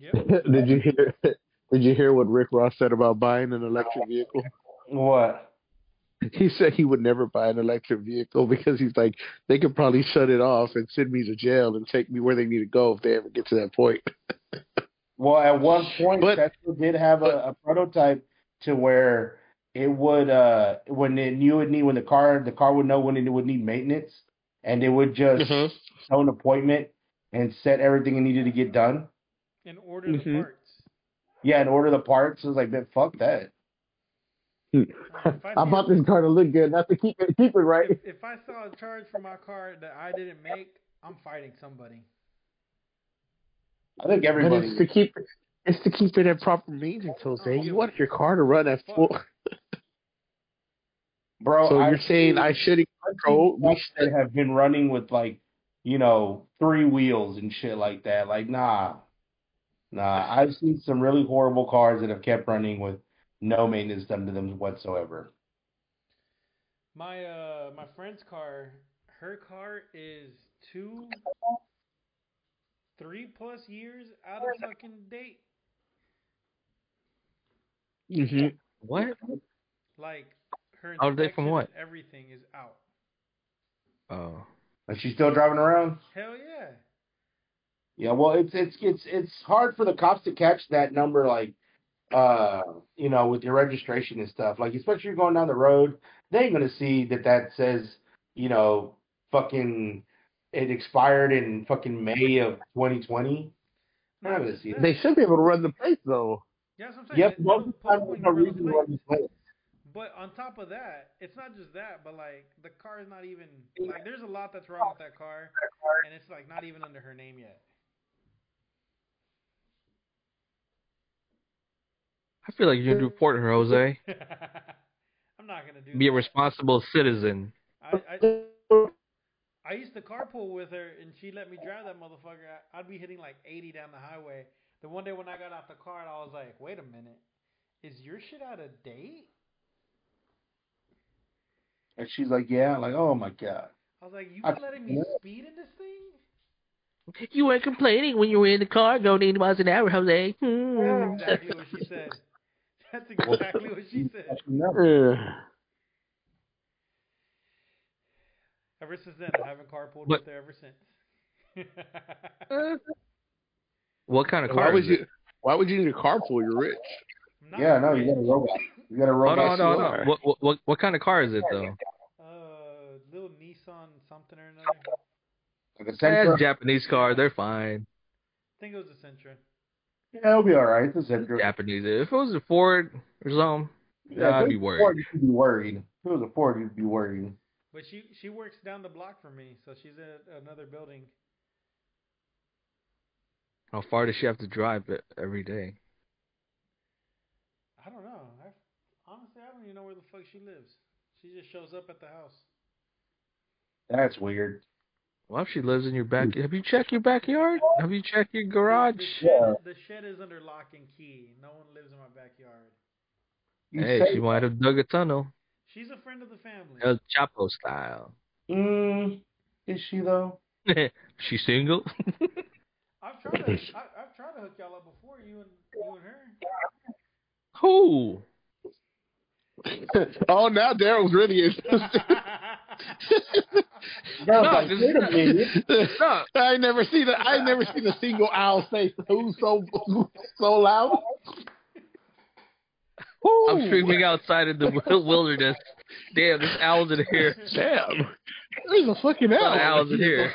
Yep.
did you hear? Did you hear what Rick Ross said about buying an electric vehicle?
What?
He said he would never buy an electric vehicle because he's like, they could probably shut it off and send me to jail and take me where they need to go if they ever get to that point.
Well, at one point,
But-
Tesla did have a, a prototype to where it would uh when it knew it need when the car the car would know when it would need maintenance, and it would just
Mm-hmm.
show an appointment and set everything it needed to get done.
And order the
Mm-hmm.
Mhm.
parts.
Yeah, and order the parts. I was like, man, fuck that.
If
I
I see-
bought this car to look good, not to keep it, keep it right.
If, if I saw a charge for my car that I didn't make, I'm fighting somebody.
I think
But
everybody.
it's to keep it, it's to keep it at proper maintenance, Jose. You want your car to run at full.
Bro,
So
I
you're saying I shouldn't control? We
trucks that have been running with like, you know, three wheels and shit like that. Like, nah, nah. I've seen some really horrible cars that have kept running with no maintenance done to them whatsoever.
My uh my friend's car, her car is two three plus years out of fucking date.
hmm
What?
Like her
Out of date from
inspections,
what?
everything is out.
Oh.
But she's still driving around.
Hell yeah.
Yeah, well, it's it's it's it's hard for the cops to catch that number, like, uh, you know, with your registration and stuff. Like, especially you're going down the road, they ain't gonna see that that says, you know, fucking, it expired in fucking May of 2020. They're not gonna see that.
They should be able to run the place though.
Yeah, that's what I'm saying.
Yep,
They-
most of the
they'll
time
pull when
there's no
you run the
reason to run
plate.
this late.
But on top of that, it's not just that, but like the car is not even like there's a lot that's wrong with that car, and it's like not even under her name yet.
I feel like you should report her, Jose.
I'm not gonna do.
Be a
that.
responsible citizen.
I, I, I used to carpool with her, and she let me drive that motherfucker. I, I'd be hitting like 80 down the highway. The one day when I got out the car, I was like, "Wait a minute, is your shit out of date?"
And she's like, yeah, like, oh my god.
I was like, "You
I-
were letting me speed in this thing?"
You weren't complaining when you were in the car going 80 miles an hour, Jose. Hmm.
Mm.
That's exactly what she said. That's exactly what she said. Ever since then, I haven't carpooled
But-
with her ever since.
What kind of
Why
car?
would
Is it?
you? Why would you need a carpool? You're rich.
I'm not
Yeah, no, you
rich.
got a robot. You got a
Hold
robot.
on, hold on, hold
sweater.
on. What, what, what, what kind of car is it, though?
Uh, little Nissan something or another. I
Like a
That's
Sentra.
a Japanese car. They're fine.
think it was a Sentra.
Yeah, it'll be all right. It's a Sentra.
Japanese. If it was a Ford or something,
Yeah,
I'd
if
be
it was a
worried.
Ford, you'd be worried. If it was a Ford, you'd be worried.
But she she works down the block from me, so she's at another building.
how far does she have to drive it every day?
I don't know. I, honestly, I don't even know where the fuck she lives. She just shows up at the house.
That's weird.
Well, if she lives in your back, have you checked your backyard? Have you checked your garage?
The shed,
Yeah.
the shed is under lock and key. No one lives in my backyard.
You
Hey,
say-
she might have dug a tunnel,
She's a friend of the family.
El Chapo style.
Mm, is she though?
she single?
I've tried to I, I've tried to hook y'all up before you and you and her.
Who?
oh, now Daryl's really interested.
No,
No,
like,
this
wait
is
a
not-
minute.
No,
I ain't never seen a I ain't never seen a single owl say who's so so loud. Woo.
I'm streaming outside in the wil- wilderness. Damn, this owl's in here.
Damn, there's a fucking owl.
Some owl's in here.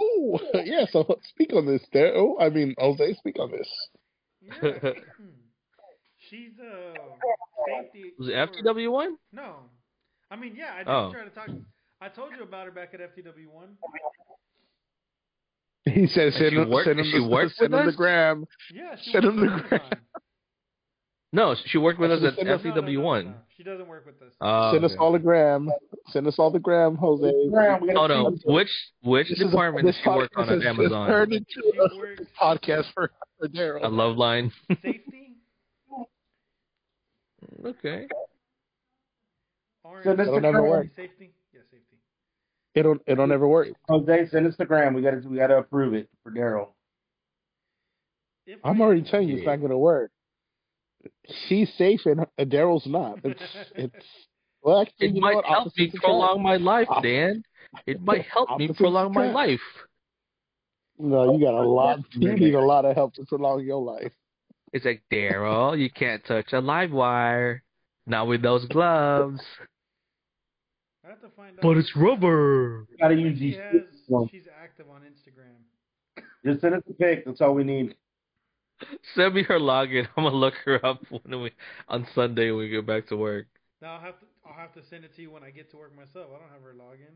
Ooh, yeah. So speak on this, Daryl. I mean, Jose, speak on this.
Yeah. Hmm. She's uh safety.
Was it
for-
FTW one?
No. I mean, yeah, I did
Oh.
try to talk. I told you about her back at FTW1.
He says,
And
send
she
him,
work-
send him,
and she
the,
works
send
with
him the
us?
gram.
Yeah, she
Shut
works
him
for
the crap.
Amazon.
No, she worked with us at
No, no, no,
No, no, no,
FTW E one.
no. She doesn't work with us.
Oh,
send us
okay.
all the gram. Send us all the gram, Jose.
Graham, we gotta
Hold
see
on.
what's up.
Which which
This is a-
department
this
does she work
podcast
on
has
at
just
Amazon?
Turned into
She
a
works
podcast for, for
A
Daryl.
love line.
safety,
okay.
orange.
So that's
That'll never
the
work.
Safety? Yeah, safety.
It don't it don't ever work.
Jose, send us the gram. We gotta we gotta approve it for Daryl.
If
I'm
we-
already telling you it's
Yeah.
not gonna work. She's safe and and Daryl's not. It's it's well actually
It
you know
might
what?
help me
Opposites attract.
prolong my life,
Opposite-
Dan. It might help me
Opposites
prolong my
attract.
life.
No, you got
Oh,
a lot you
Minute.
need a lot of help to prolong your life.
It's like Daryl, you can't touch a live wire. Not with those gloves.
I have to find out.
But it's rubber.
We gotta
if
use
she
these.
has,
ones.
she's active on Instagram.
Just send us a pic. That's all we need.
Send me her login. I'm gonna look her up when we on Sunday when we get back to work.
Now I'll have to I'll have to send it to you when I get to work myself. I don't have her login.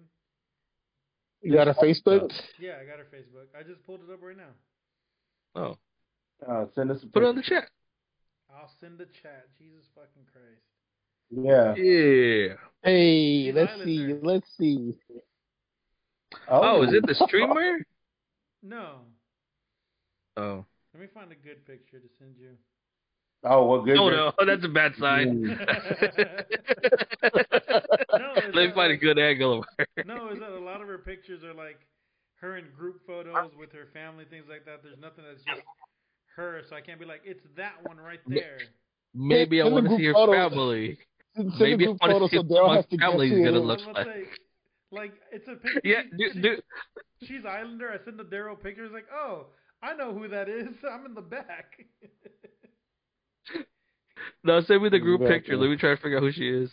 You got a Facebook?
Yeah, I got her Facebook. I just pulled it up right now.
Oh,
Uh, send us a
put
pic.
it on the chat.
I'll send the chat. Jesus fucking Christ.
yeah.
Yeah.
Hey,
She's
let's
Island
see,
there.
let's see.
Oh, is it the streamer?
No.
Oh.
Let me find a good picture to send you.
Oh, well, good.
Oh no, that's a bad sign.
Hmm.
Mm.
No, it's
Let me
not
find a
like-
good angle of her.
No, is that a lot of her pictures are like her in group photos with her family, things like that. There's nothing that's just her, so I can't be like, it's that one right
Yeah.
there.
Maybe I
Send the
want to
group
see her
photos.
family.
Send the
Maybe I
group
wanna
photo
see
so
what
Daryl
my
has to get
family's
to it.
gonna
I'm
look
gonna
like-
say, like it's a picture.
Yeah,
she-
dude,
she-
dude,
she's Islander. I send the Daryl pictures like, oh, I know who that is. I'm in the back.
no, send me the group
Exactly.
picture. Let me try to figure out who she is.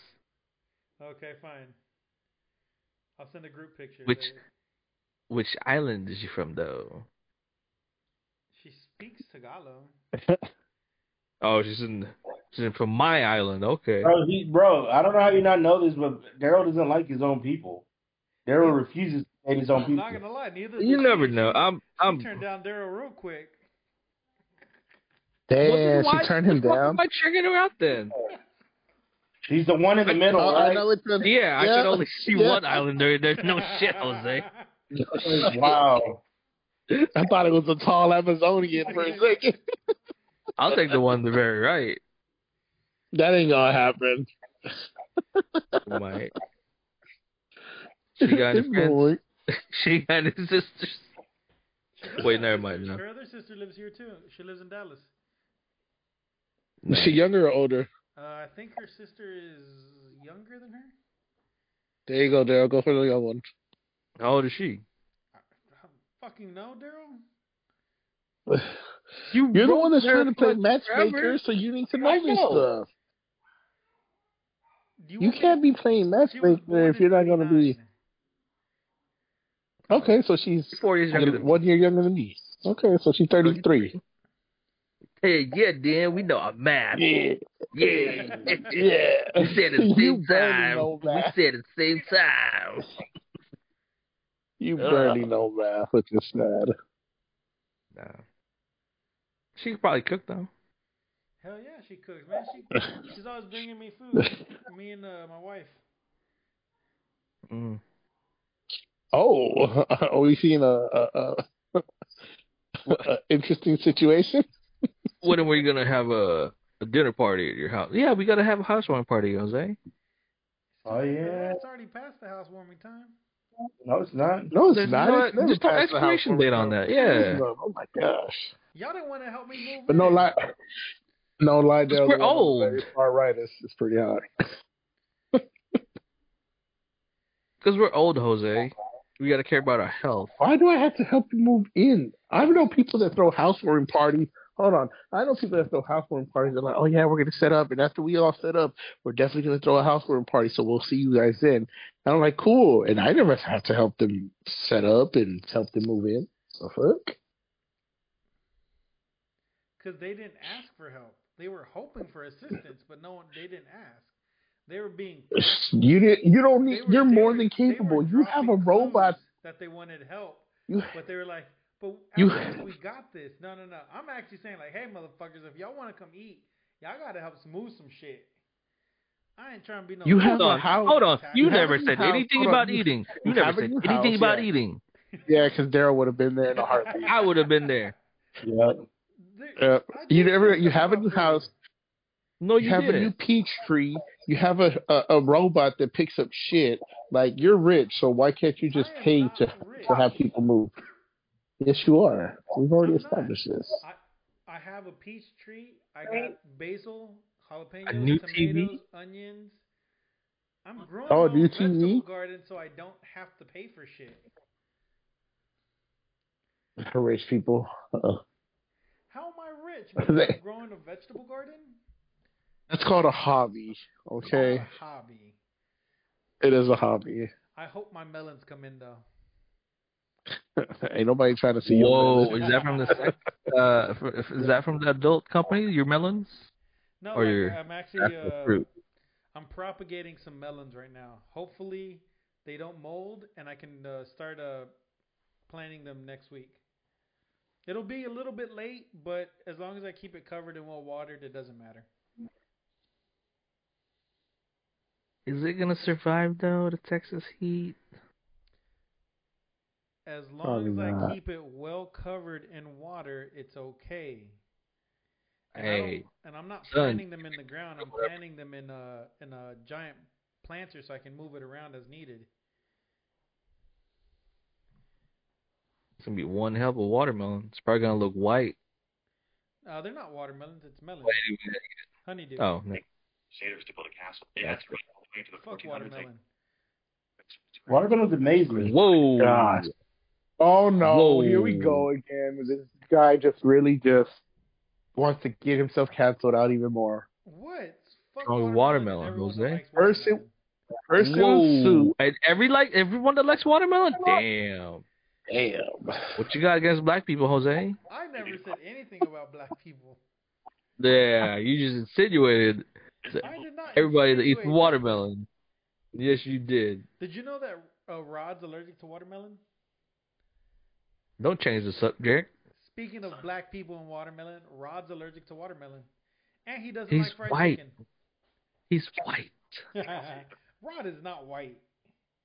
okay, fine. I'll send a group picture.
Which-
later.
Which island is she from, though?
she speaks Tagalog.
Oh, she's in. She's in from my island. Okay.
Bro, he, bro, I don't know how you not know this, but Daryl doesn't like his own people. Daryl refuses to date his own
I'm
people.
not gonna lie, neither.
You
does
never
she.
know. I'm.
She
I'm.
turned down Daryl real quick.
Damn,
Well, why-
she turned him
why
down.
Am I checking her out then?
She's the one in the middle,
Oh, I
right?
know it's a-
Yeah, I
Yeah.
can only see
Yeah.
one islander. There's no shit, Jose.
Wow.
I thought it was a tall Amazonian for a second.
I'll take the one to the very right.
That ain't gonna happen.
Oh Might. She got any friends?
Boy.
She got any sisters? Wait, never mind, no.
Her other sister lives here too. She lives in Dallas.
Is she younger or older?
Uh, I think her sister is younger than her.
There you go, Daryl. Go for the young one.
How old is she?
I don't Uh, fucking know, Daryl.
You
You're the
wrote
one that's
there
trying to play
for forever.
matchmaker, so you need to know,
I
this
know.
stuff.
Do
You
want me
can't
to-
be playing
She was born
matchmaker if
in
you're not gonna be.
49.
Okay, so she's
Four years younger than me.
one year younger than me. Okay, so she's 33.
Hey, yeah, Dan, we know our math.
Yeah,
Yeah.
yeah.
We said at the
you
same
barely
time.
know
We
math.
said at the same time.
You barely know math, which is sad.
Nah. She could probably cook though.
Hell yeah, she cooks, man. She, she's always bringing me food. Me and uh, my wife.
Mm.
Oh, are we seeing a, a, a, a interesting situation?
When are we gonna have a, a dinner party at your house? Yeah, we gotta have a housewarming party, Jose.
Oh yeah.
It's already past the housewarming time.
No, it's not.
No, it's
There's
not.
no-
It's never
there's no
past the
expiration
house.
date on that,
There's
yeah.
none. Oh my gosh.
Y'all didn't want to help me move.
But no
in.
lie, no lie,
Because
Dale.
we're
the one
old.
on the Far right is, is pretty high.
Because we're old, Jose. We gotta care about our health.
Why do I have to help you move in? I know people that throw housewarming parties. Hold on, I know people that throw housewarming parties. They're like, "Oh yeah, we're gonna set up, and after we all set up, we're definitely gonna throw a housewarming party. So we'll see you guys then." And I'm like, "Cool," and I never have to help them set up and help them move in. So fuck.
because they didn't ask for help. They were hoping for assistance, but no, one- they didn't ask. They were being.
You did. You don't
they
need.
were-
you're
they
more
were-
than
they were
capable. You have a
dropping
robot.
clues That they wanted help,
You
but they were like, "But
You-
after we got this." No, no, no. I'm actually saying like, "Hey, motherfuckers, if y'all want to come eat, y'all gotta help us move some shit." I ain't trying to be no.
You have
Hold
a
on,
house-
hold on. You
have
never
a new
said
house.
anything
Hold on,
about
you-
eating. You
you
never
have a
said
new
anything
house,
about
yeah.
eating.
yeah, because Daryl would have been there in a heartbeat.
I would have been there.
Yeah.
There-
Uh,
I
you
did
never.
something
You have a
about
new
food.
house.
No,
you
Oh, you,
have a new
didn't.
peach tree. You have a, a a robot that picks up shit. Like you're rich, so why can't you just
I am
pay
not
to
rich.
to have people move? Yes, you are. We've already
I'm not.
established this.
I I have a peach tree. I got basil, jalapenos,
new
tomatoes,
TV?
onions. I'm growing
Oh,
my
new
own vegetable
TV?
garden, so I don't have to pay for shit.
Rich people. Uh-oh.
How am I rich? Because
They-
I'm growing a vegetable garden.
That's called a hobby.
It's not
Okay,
a hobby.
it is a hobby.
I hope my melons come in though.
Ain't nobody trying to see you.
Whoa, is that from the sec- uh, f- is that from the adult company? Your melons?
No,
Oh,
Or
like,
your
I'm actually
That's the
uh,
fruit.
I'm propagating some melons right now. Hopefully, they don't mold, and I can uh, start uh, planting them next week. It'll be a little bit late, but as long as I keep it covered and well watered, it doesn't matter.
Is it gonna survive though the Texas heat?
As long
Probably
as
not.
I keep it well covered in water, it's okay. And, I
Hey,
don't- and I'm not
son.
planting them in the ground. I'm planting them in a in a giant planter so I can move it around as needed.
it's gonna be one hell of a watermelon. It's probably gonna look white.
Uh, they're not watermelons. It's melons.
Wait a minute.
Honeydew.
Oh, no.
Crusaders to build a castle. Yeah, that's right. All the way into the
Fuck
1400s. like,
watermelon.
Watermelon's amazing.
Whoa!
God.
Oh no!
Whoa.
Here we go again. This guy just really just wants to get himself canceled out even more.
What? Fuck
Oh, watermelon,
and everyone
Jose.
likes
First it-
watermelon.
First it was
Whoa!
Sue.
And every like everyone that likes watermelon. Damn.
Damn.
What you got against black people, Jose?
I never said anything about black people.
Yeah, you just insinuated
I did not.
everybody that eats
insinuate
watermelon. Yes, you did.
Did you know that uh, Rod's allergic to watermelon?
Don't change the subject.
Speaking of black people and watermelon, Rod's allergic to watermelon, and he doesn't
He's
like fried
white.
chicken.
He's white.
Rod is not white.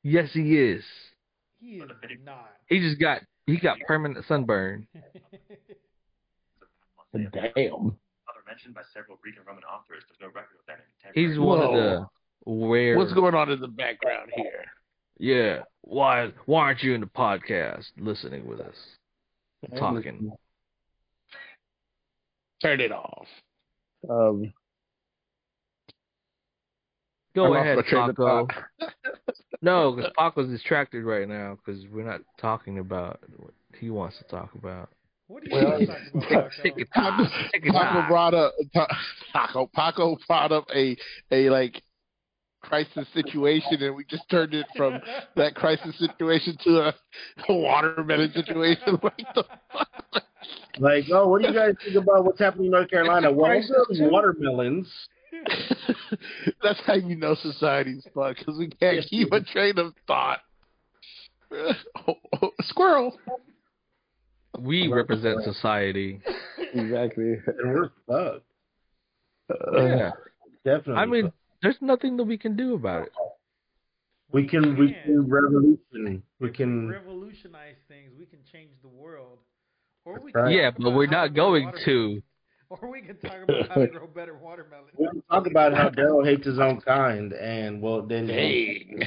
Yes, he is.
He is not.
He just got he got permanent sunburn.
Damn.
Other mentioned by several Greek and Roman authors, there's no record of that in contemporary.
He's one
Whoa.
of the rare.
What's going on in the background here?
Yeah. Why why aren't you in the podcast listening with us? Talking.
Turn it off. Um, I
Go
lost
ahead,
my train of
Paco.
thought.
No, because Paco's distracted right now because we're not talking about what he wants to talk about.
What are you
Well,
guys talking about?
Take
Marco?
your time. Take your
Paco
time.
brought up Paco, Paco brought up a a like crisis situation, and we just turned it from that crisis situation to a, a watermelon situation. Like the
Like, oh, what do you guys think about what's happening in North Carolina? Well,
Crisis
those
too.
watermelons.
That's how you know society's fucked because we can't keep a train of thought. Squirrel.
We represent society.
Exactly. And we're fucked.
Uh,
Yeah.
Definitely.
I mean,
fucked.
there's nothing that we can do about it.
we can we can revolution. We can.
revolutionize things. We can change the world. Or we
Right.
Yeah,
talk
but
about
we're
how
not
grow
going
watermelon.
to.
Or we can talk about how to grow better watermelon.
We can talk about how Daryl hates his own kind, and well, then
Dang.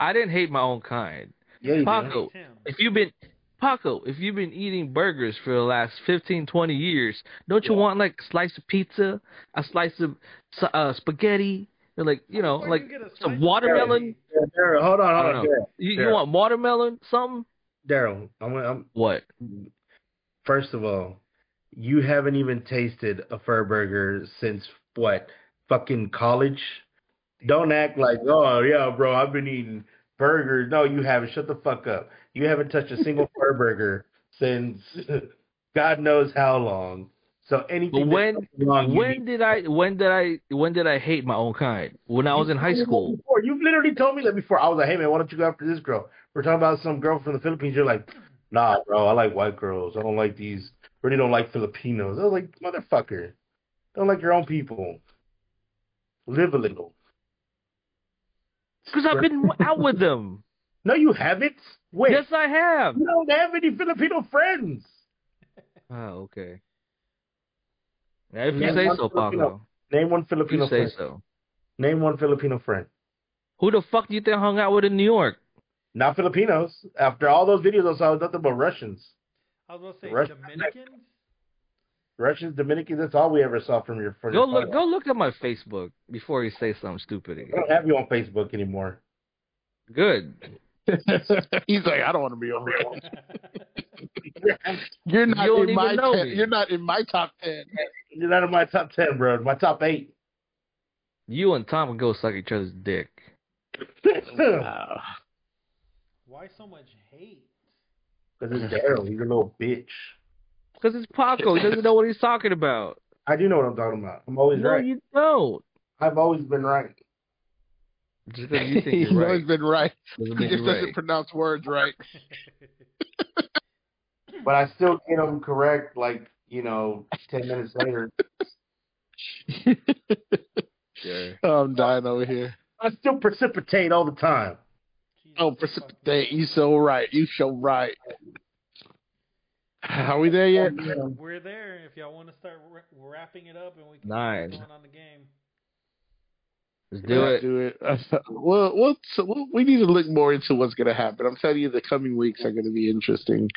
I didn't hate my own kind.
yeah, you
Paco,
do.
Oh.
Tim,
If you've been Paco, if you've been eating burgers for the last 15, 20 years, don't you want like a slice of pizza, a slice of s- uh, spaghetti, or like you know,
Or you
like
get a slice
some
of
watermelon?
spaghetti.
Yeah, Daryl, hold
I
on,
don't
hold on,
know. You, you
Sure.
want watermelon? Something?
Daryl. Daryl, I'm, I'm
What?
first of all, you haven't even tasted a fur burger since what fucking college. Don't act like oh yeah, bro, I've been eating burgers. No, you haven't. Shut the fuck up. You haven't touched a single fur burger since God knows how long. So anything
But when-
that comes along, you
When did I? When did I? When did I hate my own kind? When I was in high
You've told me
school.
that Before. You've literally told me that before. I was like, hey, man, why don't you go after this girl? We're talking about some girl from the Philippines. You're like, nah, bro, I like white girls. I don't like these, really don't like Filipinos. I was like, motherfucker, don't like your own people. Live a little.
Because I've been out with them.
No, you haven't. Wait,
Yes, I have.
you don't have any Filipino friends.
Oh, okay. Now, if you
Yeah,
say
one
so,
Filipino-
Paco.
Name one
If you
Filipino
say
friend.
so.
Name one Filipino friend.
Who the fuck do you think I hung out with in New York?
Not Filipinos. After all those videos I saw, it was nothing but Russians.
I was going to
Rush-
say Dominicans.
Russians, Dominicans, that's all we ever saw from your from
Go
your
look.
podcast.
Go look at my Facebook before you say something stupid
I
again.
don't have you on Facebook anymore.
Good.
He's like, I don't want to be over. here. You're not
You don't
in my
even know
ten.
me.
You're not in my top ten.
You're not in my top ten, bro. My top eight.
You and Tom can go suck each other's dick. Oh,
Because
Why so much hate?
it's Daryl. He's a little bitch.
Because it's Paco. He doesn't know what he's talking about.
I do know what I'm talking about. I'm always
No,
right.
you don't.
I've always been right.
Just because you think
He's
you're
always
right
been right.
doesn't
He
mean
just
you're
doesn't
right.
pronounce words right.
But I still get them correct, like, you know, 10 minutes later.
Sure.
I'm dying over here.
I still precipitate all the time.
Jesus
Oh,
fucking
precipitate. You so right. You so right. Are we there yet?
Christ. We're there. If y'all want to start ra- wrapping it up and we can
Nice.
keep going on the game.
Let's do it.
Do it. well, well, so we'll, we need to look more into what's going to happen. I'm telling you, the coming weeks are going to be interesting.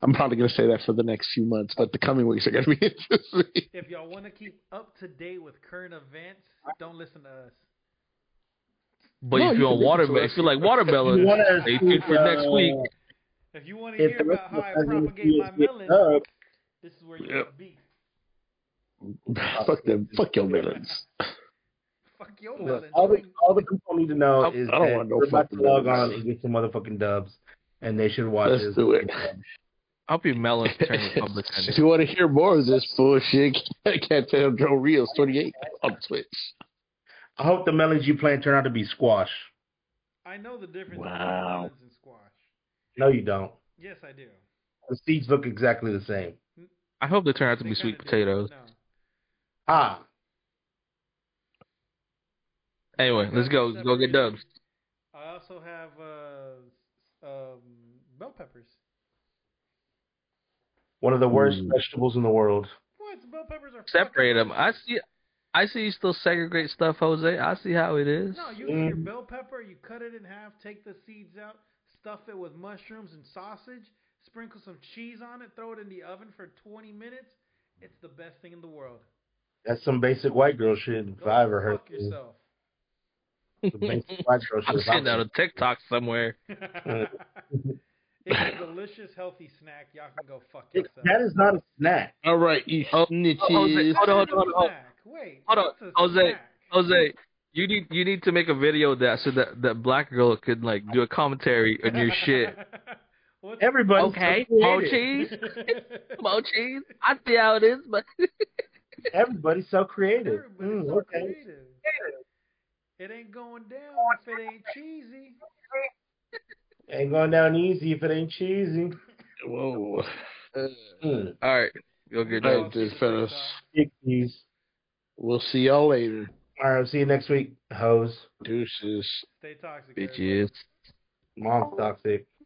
I'm probably going to say that for the next few months, but the coming weeks are going to be interesting.
If y'all want to keep up to date with current events, don't listen to us.
But
No,
if
you
you
can
want
listen to
watermelon,
us.
if you like watermelon,
wanna
stay
see,
tuned for next
uh,
week.
If you want to
If
hear
the rest
about how
of us
I
doesn't
propagate my melon,
get up,
this is where you
Yep.
gotta be.
fuck them. Fuck your melons.
Fuck your
Look,
melon.
all the
dude.
all the people need to know
I-
is
I don't
that
want no
we're about to
fucking
log
dubs.
on and get some motherfucking dubs, and they should watch
Let's
this.
do it.
I hope your melons turn
if
Republican.
you want to hear more of this bullshit, catch Joe Rios 28 on Twitch.
I hope the melons you playing turn out to be squash.
I know the difference
Wow.
between melons and squash.
No, you don't.
Yes, I do.
The seats look exactly the same.
I hope they turn out to
They
be
kinda
sweet
do.
potatoes.
No.
Ah,
Anyway, let's go. Go get dubs.
I also have uh, um, bell peppers.
one of the worst
Hmm.
Mm.
vegetables in the world.
What? Bell peppers are
Separate
fucking-
them. I see. I see you still segregate stuff, Jose. I see how it is.
No, you
Mm.
get your bell pepper, you cut it in half, take the seeds out, stuff it with mushrooms and sausage, sprinkle some cheese on it, throw it in the oven for 20 minutes. It's the best thing in the world.
That's some basic white girl shit if
Go
I ever heard.
fuck
it.
yourself.
Some basic white girl shit.
I'm
if I
seeing that on TikTok somewhere.
it's a delicious, healthy snack. Y'all can go fuck
It-
yourself.
that is not a snack.
All right, you
Oh,
snitches.
oh, Jose, hold on,
It's a
hold on, hold on.
snack. Wait.
Hold on,
it's a
Jose.
snack.
Jose, you need you need to make a video of that so that that black girl could like do a commentary on your shit.
What's-
Everybody.
Okay,
so
more
creative.
cheese, more cheese. I see how it is, but
Everybody's so creative.
Everybody's
Mm,
so
okay.
creative. It ain't going down if it ain't cheesy.
Ain't going down easy if it ain't cheesy.
oh, Whoa.
Mm.
all right, go get
Hey,
that.
Off
this
the
fella's-
TikTok.
Dick cheese.
We'll see y'all later.
All right, see you next week, hoes.
Deuces.
Stay toxic. everybody.
bitches.
Mom's toxic.